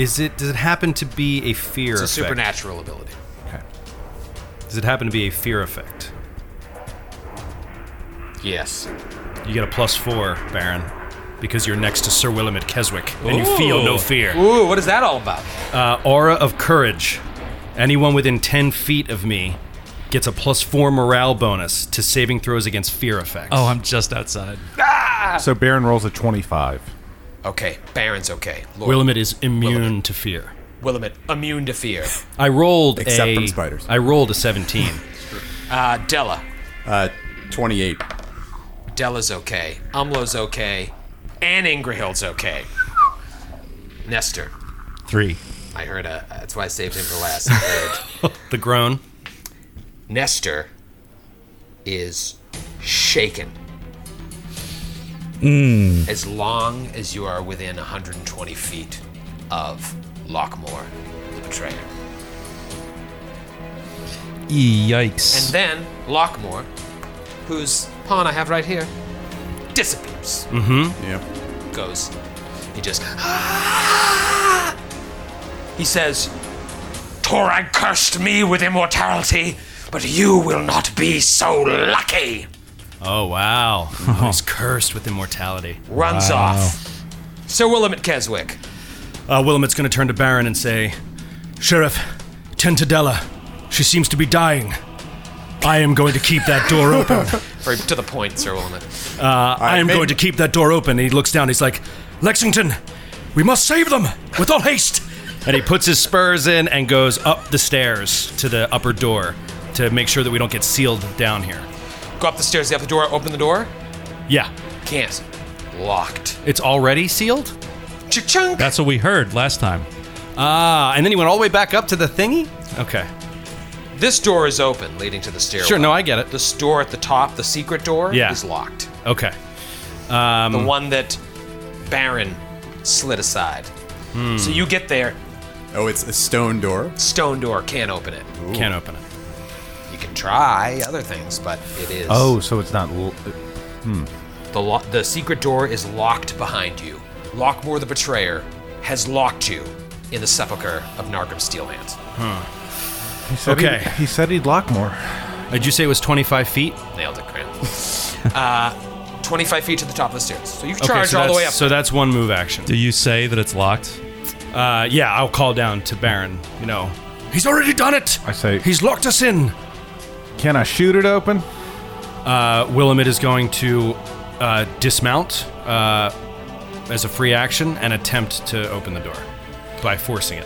[SPEAKER 7] Is it? Does it happen to be a fear?
[SPEAKER 4] It's a
[SPEAKER 7] effect?
[SPEAKER 4] supernatural ability.
[SPEAKER 7] Does it happen to be a fear effect?
[SPEAKER 4] Yes.
[SPEAKER 7] You get a plus four, Baron, because you're next to Sir Willem at Keswick, and you feel no fear.
[SPEAKER 4] Ooh, what is that all about?
[SPEAKER 7] Uh, aura of courage. Anyone within ten feet of me gets a plus four morale bonus to saving throws against fear effects.
[SPEAKER 6] Oh, I'm just outside.
[SPEAKER 8] Ah. So Baron rolls a 25.
[SPEAKER 4] Okay, Baron's okay. Lord
[SPEAKER 7] Willamette is immune to fear.
[SPEAKER 4] Willamette, immune to fear.
[SPEAKER 7] I rolled
[SPEAKER 3] Except
[SPEAKER 7] a.
[SPEAKER 3] from spiders.
[SPEAKER 7] I rolled a 17.
[SPEAKER 4] Uh, Della.
[SPEAKER 3] Uh, 28.
[SPEAKER 4] Della's okay. Umlo's okay. And Ingrahild's okay. Nestor.
[SPEAKER 6] Three.
[SPEAKER 4] I heard a. That's why I saved him for last. I heard
[SPEAKER 7] the groan.
[SPEAKER 4] Nestor is shaken. As long as you are within 120 feet of Lockmore, the betrayer. And
[SPEAKER 6] Yikes.
[SPEAKER 4] then Lockmore, whose pawn I have right here, disappears.
[SPEAKER 3] Yep.
[SPEAKER 4] goes. He just. "Ah!" He says, Torag cursed me with immortality, but you will not be so lucky.
[SPEAKER 7] Oh wow! I was cursed with immortality.
[SPEAKER 4] Runs off. Sir Willem at Keswick.
[SPEAKER 7] Uh, Willamette's going to turn to Baron and say, Sheriff, tend to Della. She seems to be dying. I am going to keep that door open.
[SPEAKER 4] Very to the point, Sir Willem.
[SPEAKER 7] I am
[SPEAKER 3] maybe-
[SPEAKER 7] going to keep that door open. And he looks down. He's like, Lexington, we must save them with all haste. And he puts his spurs in and goes up the stairs to the upper door to make sure that we don't get sealed down here.
[SPEAKER 4] Go up the stairs, the other door, open the door.
[SPEAKER 7] Yeah,
[SPEAKER 4] Can't. Locked.
[SPEAKER 7] it's already sealed.
[SPEAKER 4] Chunk.
[SPEAKER 6] That's what we heard last time.
[SPEAKER 7] Ah, and then he went all the way back up to the thingy. Okay,
[SPEAKER 4] This door is open, leading to the stairwell.
[SPEAKER 7] sure. No, I get it.
[SPEAKER 4] This door at the top, the secret door,
[SPEAKER 7] Yeah. Um,
[SPEAKER 4] is locked.
[SPEAKER 7] Okay.
[SPEAKER 4] the
[SPEAKER 7] hmm.
[SPEAKER 4] one that Baron slid aside. So you get there,
[SPEAKER 3] Oh, it's a stone door.
[SPEAKER 4] Stone door, can't open it.
[SPEAKER 7] Can't open it.
[SPEAKER 4] You can try other things, but it is.
[SPEAKER 8] Oh, so it's not. L-
[SPEAKER 4] The, lo- the secret door is locked behind you. Lockmore the Betrayer has locked you in the sepulchre of Nargrim Steelhands.
[SPEAKER 8] he said
[SPEAKER 7] Okay.
[SPEAKER 8] He'd, he said he'd lock more.
[SPEAKER 7] Uh, Did you say it was 25 feet?
[SPEAKER 4] Nailed it, Grant. uh, 25 feet to the top of the stairs. So you can charge
[SPEAKER 7] so
[SPEAKER 4] all the
[SPEAKER 7] that's-
[SPEAKER 4] way up.
[SPEAKER 7] So that's one move action.
[SPEAKER 6] Do you say that it's locked?
[SPEAKER 7] Uh, yeah, I'll call down to Baron. You know, he's already done it.
[SPEAKER 8] I say-
[SPEAKER 7] he's locked us in.
[SPEAKER 8] Can I shoot it open?
[SPEAKER 7] Uh, Willamette is going to uh, dismount uh, as a free action and attempt to open the door by forcing it,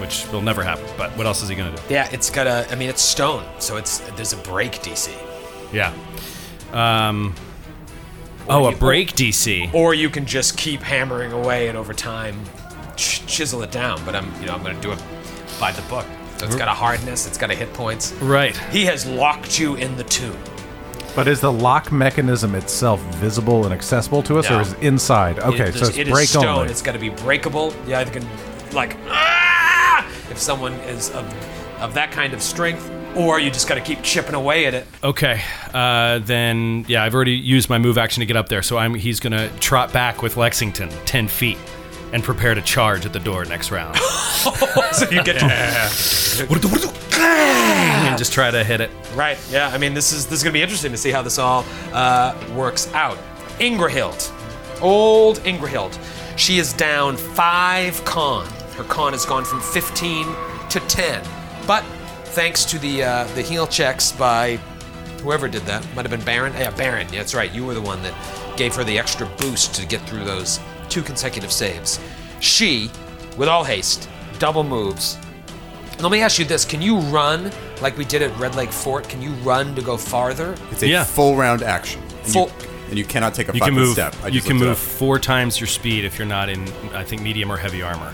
[SPEAKER 7] which will never happen. But what else is he going to do?
[SPEAKER 4] yeah, it's got a. I mean, it's stone, so it's there's a break DC.
[SPEAKER 7] Yeah. Um. Oh, a
[SPEAKER 4] you-
[SPEAKER 7] break DC.
[SPEAKER 4] Or you can just keep hammering away and over time ch- chisel it down. But I'm, you know, I'm going to do it by the book. So it's got a hardness. It's got a hit points.
[SPEAKER 7] Right.
[SPEAKER 4] He has locked you in the tomb.
[SPEAKER 8] But is the lock mechanism itself visible and accessible to us,
[SPEAKER 4] No.
[SPEAKER 8] or is it inside? Okay,
[SPEAKER 4] It-
[SPEAKER 8] so it's
[SPEAKER 4] it is
[SPEAKER 8] break
[SPEAKER 4] stone.
[SPEAKER 8] only.
[SPEAKER 4] It's got to be breakable. You either can, like, "Ah!" if someone is of, of that kind of strength, or you just got to keep chipping away at it.
[SPEAKER 7] Okay. Uh, then yeah, I've already used my move action to get up there, so I'm he's gonna trot back with Lexington ten feet and prepare to charge at the door next round
[SPEAKER 4] so you get
[SPEAKER 7] and just try to hit it.
[SPEAKER 4] right. Yeah. I mean, this is this is gonna be interesting to see how this all uh, works out. Ingrahild, old Ingrahild, she is down five con. Her con has gone from 15 to 10, but thanks to the uh, the heal checks by whoever did that might have been Baron. Yeah, Baron. Yeah, that's right. You were the one that gave her the extra boost to get through those two consecutive saves. She, with all haste, double moves. Let me ask you this: Can you run like we did at Red Lake Fort? Can you run to go farther?
[SPEAKER 3] It's a
[SPEAKER 7] Yeah.
[SPEAKER 3] full round action. And
[SPEAKER 4] Full-
[SPEAKER 3] You, and you cannot take a
[SPEAKER 7] You
[SPEAKER 3] five
[SPEAKER 7] can
[SPEAKER 3] foot
[SPEAKER 7] move.
[SPEAKER 3] step. I
[SPEAKER 7] you
[SPEAKER 3] just
[SPEAKER 7] can
[SPEAKER 3] looked it
[SPEAKER 7] move
[SPEAKER 3] up.
[SPEAKER 7] four times your speed if you're not in, I think, medium or heavy armor.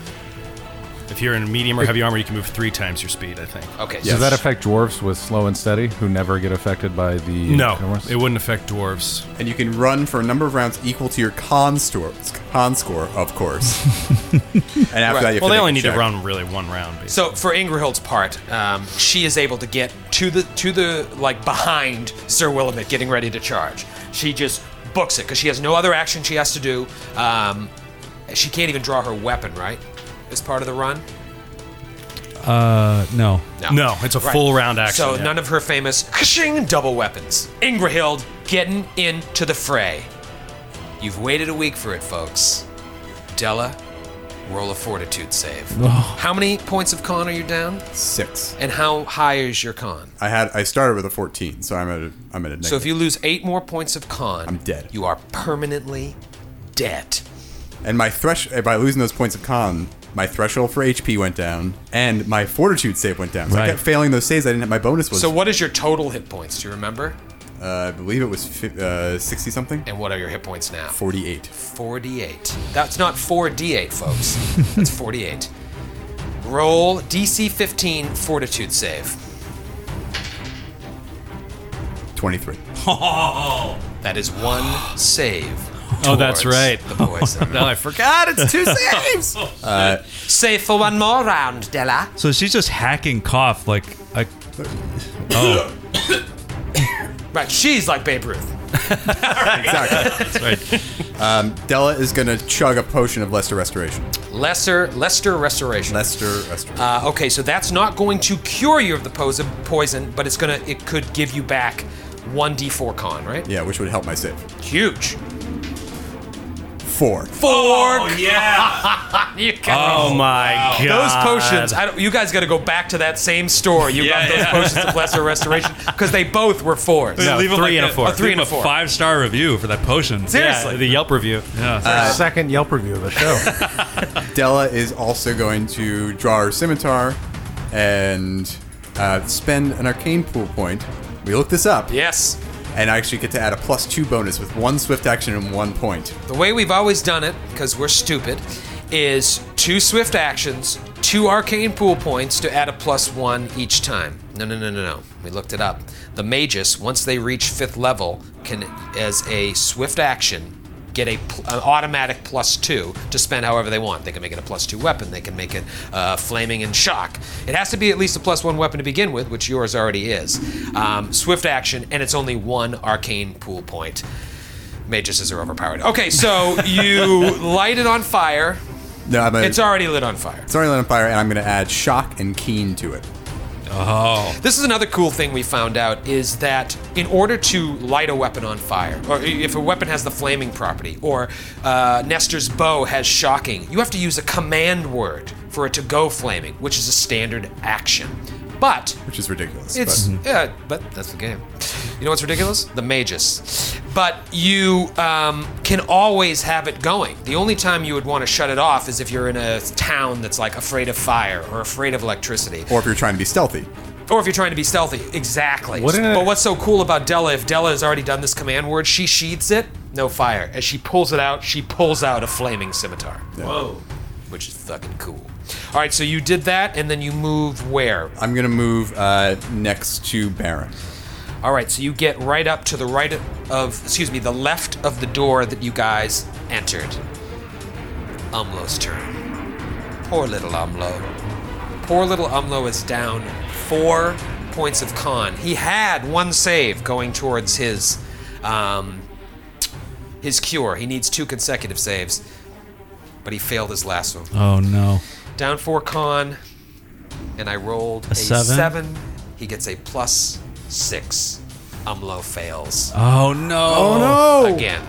[SPEAKER 7] If you're in medium or heavy armor, you can move three times your speed. I think.
[SPEAKER 4] Okay.
[SPEAKER 8] Does that affect dwarves with slow and steady, who never get affected by the?
[SPEAKER 7] No,
[SPEAKER 8] commerce?
[SPEAKER 7] it wouldn't affect dwarves.
[SPEAKER 3] And you can run for a number of rounds equal to your con score, con score of course. and after that, you have
[SPEAKER 7] Well,
[SPEAKER 3] to
[SPEAKER 7] they
[SPEAKER 3] make
[SPEAKER 7] only
[SPEAKER 3] a
[SPEAKER 7] need
[SPEAKER 3] check.
[SPEAKER 7] to run really one round. Basically.
[SPEAKER 4] So for Ingrahild's part, um, she is able to get to the to the like behind Sir Willamette, getting ready to charge. She just books it because she has no other action she has to do. Um, she can't even draw her weapon, right? As part of the run.
[SPEAKER 6] Uh, no.
[SPEAKER 7] No, it's a full round action,
[SPEAKER 4] So
[SPEAKER 7] yeah.
[SPEAKER 4] none of her famous kshing double weapons. Ingrahild getting into the fray. You've waited a week for it, folks. Della, roll a fortitude save. How many points of con are you down?
[SPEAKER 3] six.
[SPEAKER 4] And how high is your con?
[SPEAKER 3] I had I started with a fourteen, so I'm at a, I'm at a negative.
[SPEAKER 4] So if you lose eight more points of con,
[SPEAKER 3] I'm dead.
[SPEAKER 4] You are permanently dead.
[SPEAKER 3] and my thresh eh, by losing those points of con, my threshold for HP went down, and my fortitude save went down. So I
[SPEAKER 6] Right.
[SPEAKER 3] kept failing those saves. I didn't have my bonus was.
[SPEAKER 4] So what is your total hit points? Do you remember?
[SPEAKER 3] uh, I believe it was fi- uh, sixty something.
[SPEAKER 4] And what are your hit points now?
[SPEAKER 3] Forty eight.
[SPEAKER 4] 48. That's not 4d8, folks. That's 48. Roll DC 15 fortitude save.
[SPEAKER 3] 23.
[SPEAKER 4] That is one save.
[SPEAKER 7] Oh, that's
[SPEAKER 4] towards
[SPEAKER 7] right.
[SPEAKER 4] The poison.
[SPEAKER 7] No, I forgot. It's
[SPEAKER 3] Two saves.
[SPEAKER 4] Uh, save for one more round, Della.
[SPEAKER 6] So she's just hacking cough like a. Oh,
[SPEAKER 4] Right, she's like Babe Ruth.
[SPEAKER 3] exactly. Um, Della is gonna chug a potion of lesser restoration.
[SPEAKER 4] Lesser, Lester Restoration.
[SPEAKER 3] Lester restoration.
[SPEAKER 4] Uh, okay, so that's not going to cure you of the poison, poison, but it's gonna, it could give you back 1d4 con, right?
[SPEAKER 3] yeah, which would help my save.
[SPEAKER 4] Huge.
[SPEAKER 3] Four.
[SPEAKER 4] Four.
[SPEAKER 6] Oh,
[SPEAKER 4] yeah. you can
[SPEAKER 7] oh my
[SPEAKER 4] Those
[SPEAKER 7] god.
[SPEAKER 4] potions, I don't, you guys got to go back to that same store. You got those potions of lesser restoration because they both were fours.
[SPEAKER 7] No,
[SPEAKER 6] Leave it
[SPEAKER 7] three
[SPEAKER 6] like
[SPEAKER 7] and a four.
[SPEAKER 4] a three and a four.
[SPEAKER 6] five star review for that potion.
[SPEAKER 4] Seriously.
[SPEAKER 7] Yeah, the Yelp review.
[SPEAKER 8] second Yelp review of the show.
[SPEAKER 3] Della is also going to draw her scimitar and uh, spend an arcane pool point. We looked this up.
[SPEAKER 4] Yes.
[SPEAKER 3] And I actually get to add a plus two bonus with one swift action and one point.
[SPEAKER 4] The way we've always done it, because we're stupid, is two swift actions, two arcane pool points to add a plus one each time. No, no, no, no, no. We looked it up. The mages, once they reach fifth level, can, as a swift action, get a pl- an automatic plus two to spend however they want. They can make it a plus two weapon. They can make it uh, flaming and shock. It has to be at least a plus one weapon to begin with, which yours already is. Um, swift action, and it's only one arcane pool point. Mages are overpowered. Okay, so you light it on fire.
[SPEAKER 3] No, I'm gonna,
[SPEAKER 4] It's already lit on fire.
[SPEAKER 3] it's already lit on fire, and I'm going to add shock and keen to it.
[SPEAKER 4] This is another cool thing we found out is that in order to light a weapon on fire, or if a weapon has the flaming property, or uh, Nestor's bow has shocking, you have to use a command word for it to go flaming, which is a standard action. But
[SPEAKER 3] Which is ridiculous.
[SPEAKER 4] it's yeah, but that's the game. You know what's ridiculous? The mages. But you um, can always have it going. The only time you would want to shut it off is if you're in a town that's like afraid of fire or afraid of electricity,
[SPEAKER 3] but- or if you're trying to be stealthy.
[SPEAKER 4] or if you're trying to be stealthy. Exactly.
[SPEAKER 8] Wouldn't it-
[SPEAKER 4] but what's so cool about Della, if Della has already done this command word, she sheathes it, no fire. As she pulls it out, she pulls out a flaming scimitar. Whoa. Which is fucking cool. All right, so you did that, and then you move where?
[SPEAKER 3] I'm going to move uh, next to Baron.
[SPEAKER 4] All right, so you get right up to the right of, excuse me, the left of the door that you guys entered. Umlo's turn. Poor little Umlo. Poor little Umlo is down four points of con. He had one save going towards his, um, his cure. He needs two consecutive saves, but he failed his last one.
[SPEAKER 6] Oh no.
[SPEAKER 4] Down four con, and I rolled a,
[SPEAKER 6] seven?
[SPEAKER 4] seven. He gets a plus six. Umlo fails
[SPEAKER 6] Oh no.
[SPEAKER 4] again.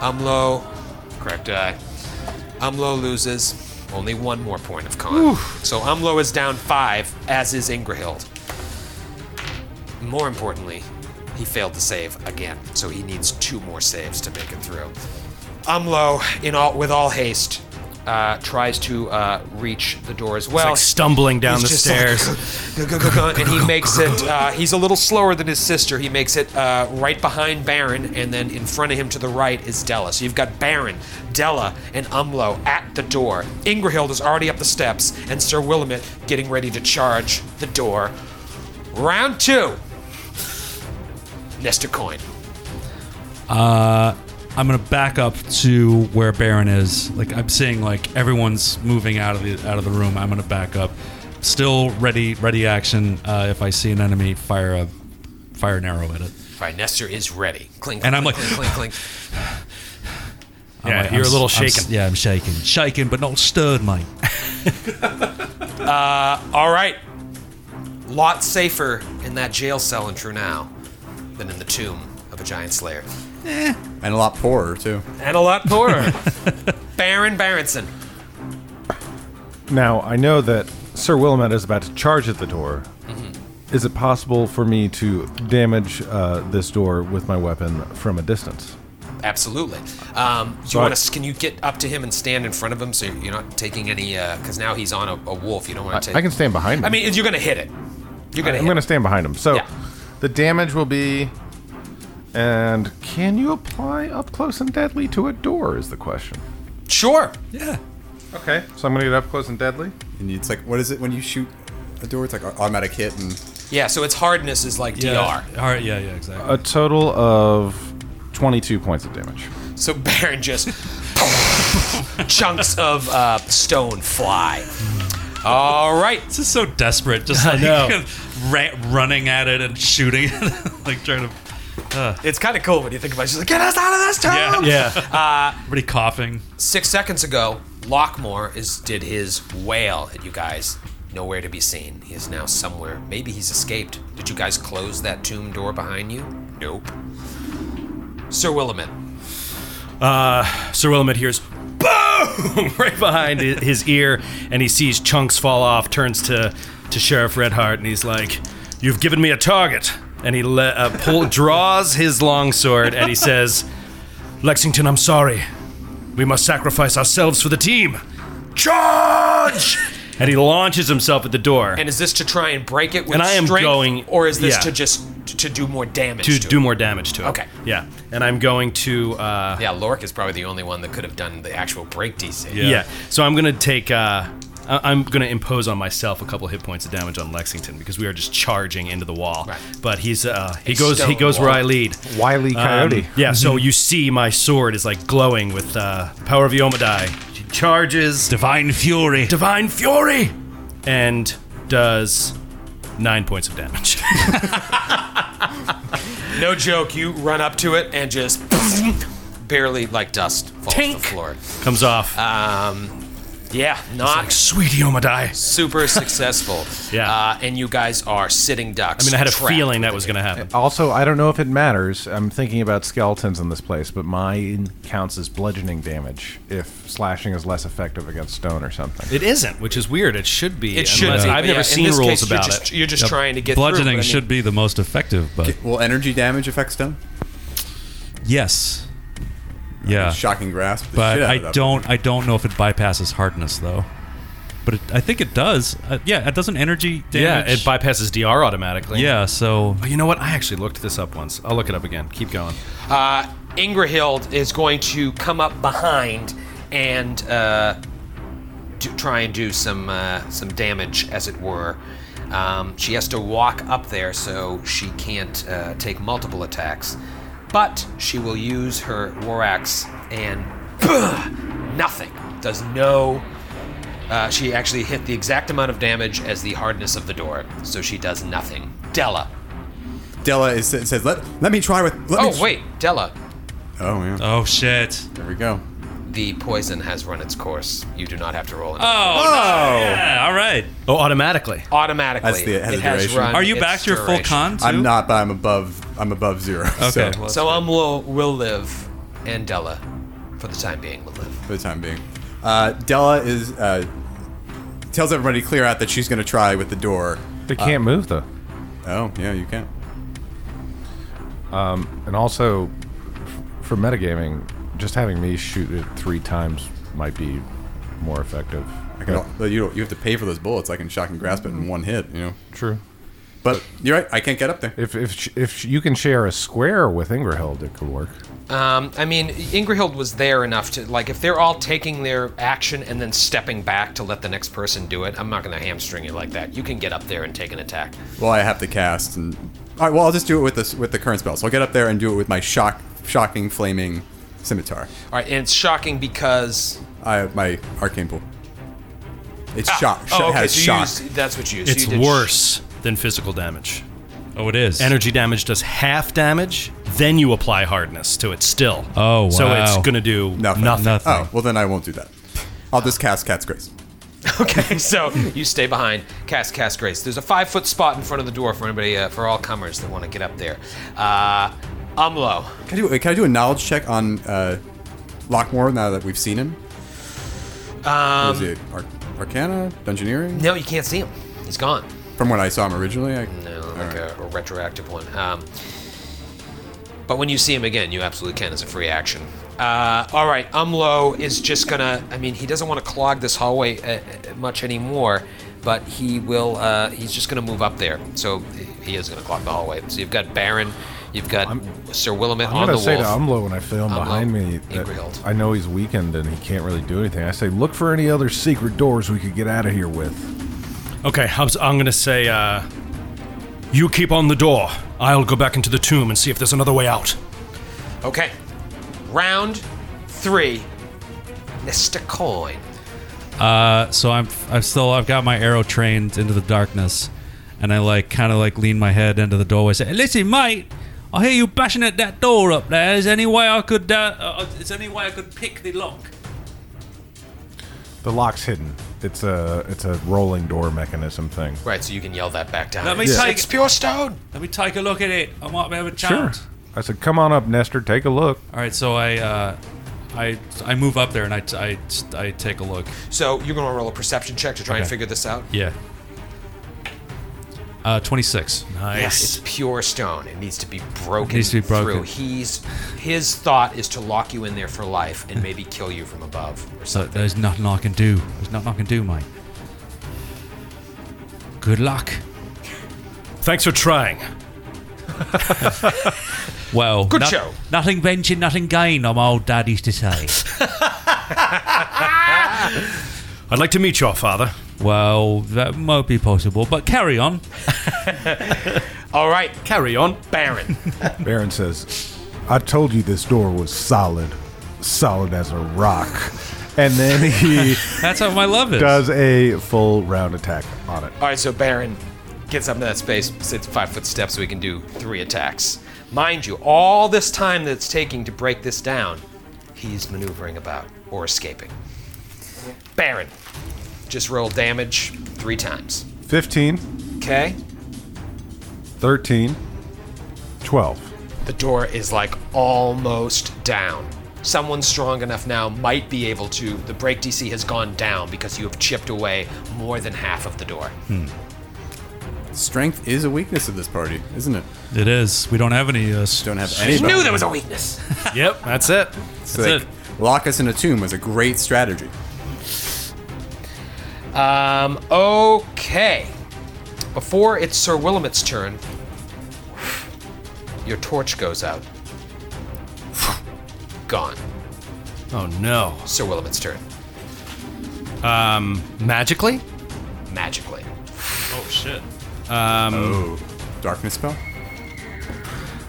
[SPEAKER 4] Umlo, correct die. Umlo loses only one more point of con. So Umlo is down five, as is Ingrahild. More importantly, he failed to save again, so he needs two more saves to make it through. Umlo, in all with all haste, uh, tries to uh, reach the door as well
[SPEAKER 7] like stumbling down
[SPEAKER 4] he's
[SPEAKER 7] the
[SPEAKER 4] just
[SPEAKER 7] stairs.
[SPEAKER 4] like, "Go, go, go, go," and he makes it. Uh, he's a little slower than his sister. He makes it uh, right behind Baron, and then in front of him to the right is Della. So you've got Baron, Della, and Umlo at the door. Ingrahild is already up the steps, and Sir Willamette getting ready to charge the door. Round two. Nestor Coin.
[SPEAKER 6] I'm gonna back up to where Baron is. Like I'm seeing like everyone's moving out of the out of the room. I'm gonna back up. Still ready ready action. Uh, if I see an enemy, fire a fire an arrow at it.
[SPEAKER 4] All right, Nestor is ready. Clink,
[SPEAKER 6] And I'm
[SPEAKER 4] clink,
[SPEAKER 6] like-
[SPEAKER 4] clink, clink, clink.
[SPEAKER 6] I'm
[SPEAKER 7] Yeah,
[SPEAKER 6] like,
[SPEAKER 7] you're
[SPEAKER 6] I'm
[SPEAKER 7] a little
[SPEAKER 6] s- I'm s-
[SPEAKER 7] shaken.
[SPEAKER 6] yeah, I'm shaking, shaken, but not stirred, mate.
[SPEAKER 4] All right. Lot safer in that jail cell in True Now than in the tomb of a giant slayer.
[SPEAKER 3] And a lot poorer, too.
[SPEAKER 4] And a lot poorer. Baron Berenson.
[SPEAKER 8] Now, I know that Sir Willamette is about to charge at the door.
[SPEAKER 4] Mm-hmm.
[SPEAKER 8] Is it possible for me to damage uh, this door with my weapon from a distance?
[SPEAKER 4] Absolutely. Um, do you
[SPEAKER 8] Right.
[SPEAKER 4] want to? Can you get up to him and stand in front of him so you're not taking any? Because now he's on a, a wolf. You don't want to take.
[SPEAKER 10] I can stand behind him.
[SPEAKER 4] I mean, you're gonna hit it. You're gonna.
[SPEAKER 10] I'm
[SPEAKER 4] hit
[SPEAKER 10] going to
[SPEAKER 4] it.
[SPEAKER 10] stand behind him. So
[SPEAKER 4] Yeah.
[SPEAKER 10] the damage will be. And can you apply up close and deadly to a door? Is the question.
[SPEAKER 4] Sure.
[SPEAKER 10] Okay, so I'm going to get up close and deadly.
[SPEAKER 3] And it's like, what is it when you shoot a door? It's like an automatic hit, and
[SPEAKER 4] Yeah. So its hardness is like
[SPEAKER 6] Yeah.
[SPEAKER 4] dr.
[SPEAKER 6] All right. Yeah. Yeah. Exactly.
[SPEAKER 10] A total of 22 points of damage.
[SPEAKER 4] So Baron just chunks of uh, stone fly. All right.
[SPEAKER 6] This is so desperate. Just like
[SPEAKER 7] know.
[SPEAKER 6] ra- running at it and shooting, it, like trying to.
[SPEAKER 4] It's kind of cool when you think about it. She's like, get us out of this town!
[SPEAKER 6] Yeah. Everybody coughing.
[SPEAKER 4] Six seconds ago, Lockmore is did his wail at you guys. Nowhere to be seen. He is now somewhere. Maybe he's escaped. Did you guys close that tomb door behind you? Nope. Sir Willamette.
[SPEAKER 7] Sir Willamette hears boom right behind hi- his ear, and he sees chunks fall off. Turns to to Sheriff Redheart, and he's like, "You've given me a target." And he le- uh, pull, draws his longsword, and he says, "Lexington, I'm sorry. We must sacrifice ourselves for the team. Charge!" And he launches himself at the door
[SPEAKER 4] And is this to try and break it with
[SPEAKER 7] And I am
[SPEAKER 4] strength,
[SPEAKER 7] going-
[SPEAKER 4] or is this
[SPEAKER 7] yeah.
[SPEAKER 4] to just to do more damage?
[SPEAKER 7] to
[SPEAKER 4] To,
[SPEAKER 7] do
[SPEAKER 4] it?
[SPEAKER 7] more damage to it.
[SPEAKER 4] Okay.
[SPEAKER 7] Yeah, and I'm going to. Uh,
[SPEAKER 4] Yeah, Lork is probably the only one that could have done the actual break DC.
[SPEAKER 7] yeah. So I'm gonna take. Uh, I- I'm going to impose on myself a couple hit points of damage on Lexington because we are just charging into the wall.
[SPEAKER 4] Right.
[SPEAKER 7] But he's uh, he
[SPEAKER 4] A
[SPEAKER 7] goes he
[SPEAKER 4] stone
[SPEAKER 7] goes where
[SPEAKER 4] wall.
[SPEAKER 7] I lead.
[SPEAKER 8] Wiley Coyote.
[SPEAKER 7] Um, yeah, so you see my sword is like glowing with uh, power of Yomadai. She charges
[SPEAKER 11] Divine fury.
[SPEAKER 7] divine fury and does nine points of damage.
[SPEAKER 4] No joke, you run up to it and just barely like dust falls to
[SPEAKER 7] Tink.
[SPEAKER 4] the floor. Ah.
[SPEAKER 7] Comes off.
[SPEAKER 4] Yeah, not
[SPEAKER 7] Sweet Yomadai.
[SPEAKER 4] super successful.
[SPEAKER 7] Yeah.
[SPEAKER 4] Uh, and you guys are sitting
[SPEAKER 7] I
[SPEAKER 4] ducks.
[SPEAKER 7] mean, I had a
[SPEAKER 4] trapped
[SPEAKER 7] feeling that
[SPEAKER 4] within
[SPEAKER 7] was
[SPEAKER 4] it.
[SPEAKER 7] going to happen.
[SPEAKER 8] Also, I don't know if it matters. I'm thinking about skeletons in this place, but mine counts as bludgeoning damage if slashing is less effective against stone or something.
[SPEAKER 7] It isn't, which is weird. It should be.
[SPEAKER 4] It should
[SPEAKER 7] unless-
[SPEAKER 4] be.
[SPEAKER 7] I've
[SPEAKER 4] but
[SPEAKER 7] never
[SPEAKER 4] yeah,
[SPEAKER 7] seen
[SPEAKER 4] in this
[SPEAKER 7] rules
[SPEAKER 4] case,
[SPEAKER 7] about
[SPEAKER 4] you're just,
[SPEAKER 7] it.
[SPEAKER 4] You're just trying to get
[SPEAKER 5] Bludgeoning
[SPEAKER 4] through,
[SPEAKER 5] should be the most effective, but
[SPEAKER 3] Will energy damage affect stone?
[SPEAKER 5] yes, yeah.
[SPEAKER 3] Shocking grasp. the
[SPEAKER 5] But
[SPEAKER 3] shit out of
[SPEAKER 5] I
[SPEAKER 3] that.
[SPEAKER 5] don't. I don't know if it bypasses hardness though. But it, I think it does. Uh, yeah, it doesn't energy damage.
[SPEAKER 7] Yeah, it bypasses DR automatically.
[SPEAKER 5] Yeah, so
[SPEAKER 7] Oh, you know what? I actually looked this up once. I'll look it up again. Keep going.
[SPEAKER 4] Uh, Ingrahild is going to come up behind and uh, do, try and do some uh, some damage, as it were. Um, she has to walk up there, so she can't uh, take multiple attacks. But she will use her war axe, and nothing does no. Uh, she actually hit the exact amount of damage as the hardness of the door, so she does nothing. Della.
[SPEAKER 3] Della is, says, let, let me try with. Let me
[SPEAKER 4] Oh
[SPEAKER 3] tr-
[SPEAKER 4] wait, Della.
[SPEAKER 3] Oh, yeah.
[SPEAKER 5] oh shit.
[SPEAKER 3] There we go.
[SPEAKER 4] The poison has run its course. You do not have to roll it
[SPEAKER 5] Yeah, all right.
[SPEAKER 7] Oh, automatically.
[SPEAKER 4] automatically.
[SPEAKER 3] That's the- it has
[SPEAKER 4] it
[SPEAKER 3] a
[SPEAKER 4] has
[SPEAKER 3] duration.
[SPEAKER 4] run.
[SPEAKER 5] Are you
[SPEAKER 4] its
[SPEAKER 5] back to your full
[SPEAKER 4] duration.
[SPEAKER 5] con? Too?
[SPEAKER 3] I'm not, but I'm above. I'm above zero.
[SPEAKER 5] Okay.
[SPEAKER 3] So,
[SPEAKER 4] So um will will live, and Della, for the time being, will live.
[SPEAKER 3] for the time being, uh, Della is uh, tells everybody to clear out that she's going to try with the door.
[SPEAKER 8] They can't move though.
[SPEAKER 3] Oh, yeah, you can.
[SPEAKER 8] And also, f- for metagaming, just having me shoot it three times might be more effective.
[SPEAKER 3] I can. al- You don't- you have to pay for those bullets. I can shock and grasp it in one hit. You know.
[SPEAKER 8] True.
[SPEAKER 3] But you're right. I can't get up there.
[SPEAKER 8] If if sh- if sh- you can share a square with Ingerhild, it could work.
[SPEAKER 4] Um, I mean, Ingrihild was there enough to like if they're all taking their action and then stepping back to let the next person do it. I'm not going to hamstring you like that. You can get up there and take an attack.
[SPEAKER 3] Well, I have to cast. And all right. Well, I'll just do it with this with the current spell. So I'll get up there and do it with my shock, shocking, flaming scimitar.
[SPEAKER 4] All right, and it's shocking because
[SPEAKER 3] I have my arcane pool. It's
[SPEAKER 4] Ah,
[SPEAKER 3] shock.
[SPEAKER 4] Oh,
[SPEAKER 3] it
[SPEAKER 4] okay,
[SPEAKER 3] has
[SPEAKER 4] so you
[SPEAKER 3] shock.
[SPEAKER 4] used- that's what you used. So
[SPEAKER 7] It's
[SPEAKER 4] you did sh-
[SPEAKER 7] worse than physical damage.
[SPEAKER 5] Oh, it is.
[SPEAKER 7] Energy damage does half damage, then you apply hardness to it still.
[SPEAKER 5] Oh,
[SPEAKER 7] So
[SPEAKER 5] wow.
[SPEAKER 7] it's going to do
[SPEAKER 3] Nothing.
[SPEAKER 7] nothing.
[SPEAKER 5] Nothing.
[SPEAKER 3] Oh, well then I won't do that. I'll just cast Cat's Grace.
[SPEAKER 4] Okay, so you stay behind. Cast, cast, grace. There's a five foot spot in front of the door for anybody, uh, for all comers that want to get up there. Uh, Umlo.
[SPEAKER 3] Can I do, can I do a knowledge check on uh, Lockmore now that we've seen him? Um, Was it Ar- Arcana, Dungeoneering?
[SPEAKER 4] No, you can't see him. He's gone.
[SPEAKER 3] From when I saw him originally, I,
[SPEAKER 4] No,
[SPEAKER 3] All
[SPEAKER 4] like
[SPEAKER 3] right.
[SPEAKER 4] a, a retroactive one. Um, but when you see him again, you absolutely can as a free action. Uh, all right, Umlo is just gonna. I mean, he doesn't want to clog this hallway uh, uh, much anymore, but he will. Uh, he's just gonna move up there. So he is gonna clog the hallway. So you've got Baron, you've got Sir Willamette
[SPEAKER 8] I'm
[SPEAKER 4] on the
[SPEAKER 8] gonna
[SPEAKER 4] wolf.
[SPEAKER 8] say to Umlo when I feel him
[SPEAKER 4] Umlo,
[SPEAKER 8] behind me
[SPEAKER 4] Ingerhild.
[SPEAKER 8] that I know he's weakened and he can't really do anything. I say, look for any other secret doors we could get out of here with.
[SPEAKER 7] Okay, I'm, I'm going to say, uh, you keep on the door. I'll go back into the tomb and see if there's another way out.
[SPEAKER 4] Okay. Round three. Mr. Coin.
[SPEAKER 5] Uh, so I'm I've still I've got my arrow trained into the darkness, and I like kind of like lean my head into the doorway. Say, listen, mate, I hear you bashing at that door up there. Is any way I could? Uh, uh, is any way I could pick the lock?
[SPEAKER 8] The lock's hidden. It's a it's a rolling door mechanism thing.
[SPEAKER 4] Right, so you can yell that back down.
[SPEAKER 5] Let me
[SPEAKER 4] It's-
[SPEAKER 5] take-
[SPEAKER 4] It's pure stone.
[SPEAKER 5] Let me take a look at it. I might be able to chant.
[SPEAKER 8] I said, come on up, Nestor. Take a look.
[SPEAKER 5] All right, so I uh, I I move up there and I I, I take a look.
[SPEAKER 4] So you're gonna roll a perception check to try and
[SPEAKER 5] Okay.
[SPEAKER 4] figure this out.
[SPEAKER 5] Yeah. Uh, 26.
[SPEAKER 7] Nice.
[SPEAKER 4] It's pure stone. It needs to be broken.
[SPEAKER 5] Needs to be broken.
[SPEAKER 4] Through. He's his thought is to lock you in there for life and maybe kill you from above or
[SPEAKER 5] So
[SPEAKER 4] something.
[SPEAKER 5] there's nothing I can do. There's nothing I can do, mate. Good luck.
[SPEAKER 7] Thanks for trying.
[SPEAKER 5] Well,
[SPEAKER 4] Good show.
[SPEAKER 5] Nothing venture, nothing gain. I'm old dad used to say.
[SPEAKER 7] I'd like to meet your father.
[SPEAKER 6] Well, that might be possible, but carry on.
[SPEAKER 4] All right,
[SPEAKER 7] Carry on.
[SPEAKER 4] Baron.
[SPEAKER 10] Baron says, I told you this door was solid, solid as a rock. And then he
[SPEAKER 6] That's how my love is.
[SPEAKER 10] does a full round attack on it.
[SPEAKER 4] All right, so Baron gets up in that space, sits five foot steps, so he can do three attacks. Mind you, all this time that it's taking to break this down, he's maneuvering about or escaping. Baron, just roll damage three times.
[SPEAKER 10] 15,
[SPEAKER 4] Okay?
[SPEAKER 10] 13, 12.
[SPEAKER 4] The door is like almost down. Someone strong enough now might be able to. The break DC has gone down because you have chipped away more than half of the door.
[SPEAKER 3] Strength is a weakness of this party, isn't it?
[SPEAKER 6] it is. We don't have any. Uh, s-
[SPEAKER 3] Don't have
[SPEAKER 4] I
[SPEAKER 3] any.
[SPEAKER 4] knew there was a weakness.
[SPEAKER 7] Yep, that's it.
[SPEAKER 3] It's like, Lock us in a tomb was a great strategy.
[SPEAKER 4] Um, okay. Before it's Sir Willamette's turn, your torch goes out. Gone.
[SPEAKER 7] Oh no.
[SPEAKER 4] Sir Willamette's turn.
[SPEAKER 7] Magically?
[SPEAKER 4] Magically.
[SPEAKER 6] oh shit!
[SPEAKER 4] Hmm.
[SPEAKER 3] Oh. Darkness spell?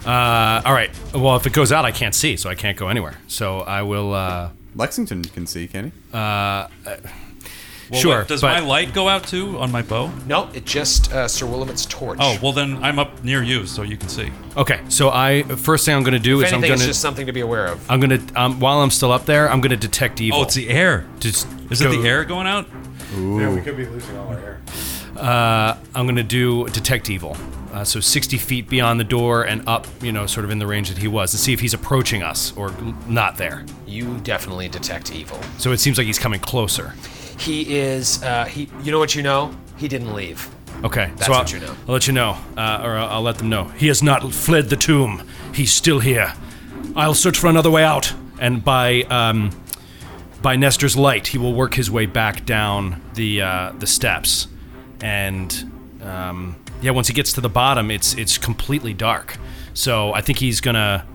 [SPEAKER 7] Uh, all right. Well, if it goes out, I can't see, so I can't go anywhere. So I will. Uh,
[SPEAKER 3] Lexington can see, can he?
[SPEAKER 6] Well,
[SPEAKER 7] Sure,
[SPEAKER 6] wait, does
[SPEAKER 7] but-
[SPEAKER 6] my light go out too on my bow?
[SPEAKER 4] No, it just uh, Sir Willamette's torch.
[SPEAKER 6] Oh well, then I'm up near you, so you can see.
[SPEAKER 7] okay. So I first thing I'm going to do
[SPEAKER 4] if
[SPEAKER 7] is I'm
[SPEAKER 4] anything,
[SPEAKER 7] going
[SPEAKER 4] it's
[SPEAKER 7] to.
[SPEAKER 4] just something to be aware of.
[SPEAKER 7] I'm gonna um, while I'm still up there, I'm gonna detect evil.
[SPEAKER 6] Oh, it's the air.
[SPEAKER 7] Just
[SPEAKER 6] Is
[SPEAKER 7] go-
[SPEAKER 6] it the air going out?
[SPEAKER 7] I'm gonna do detect evil. Uh, so 60 feet beyond the door and up, you know, sort of in the range that he was, to see if he's approaching us or not there.
[SPEAKER 4] You definitely detect evil.
[SPEAKER 7] So it seems like he's coming closer.
[SPEAKER 4] He is. Uh, he. You know what you know? He didn't leave.
[SPEAKER 7] Okay,
[SPEAKER 4] That's
[SPEAKER 7] so I'll,
[SPEAKER 4] what you know.
[SPEAKER 7] I'll let you know, uh, or I'll, I'll let them know. He has not fled the tomb. He's still here. I'll search for another way out, and by um, by Nestor's light, he will work his way back down the uh, the steps, and um, yeah, once he gets to the bottom, it's it's completely dark. So I think he's gonna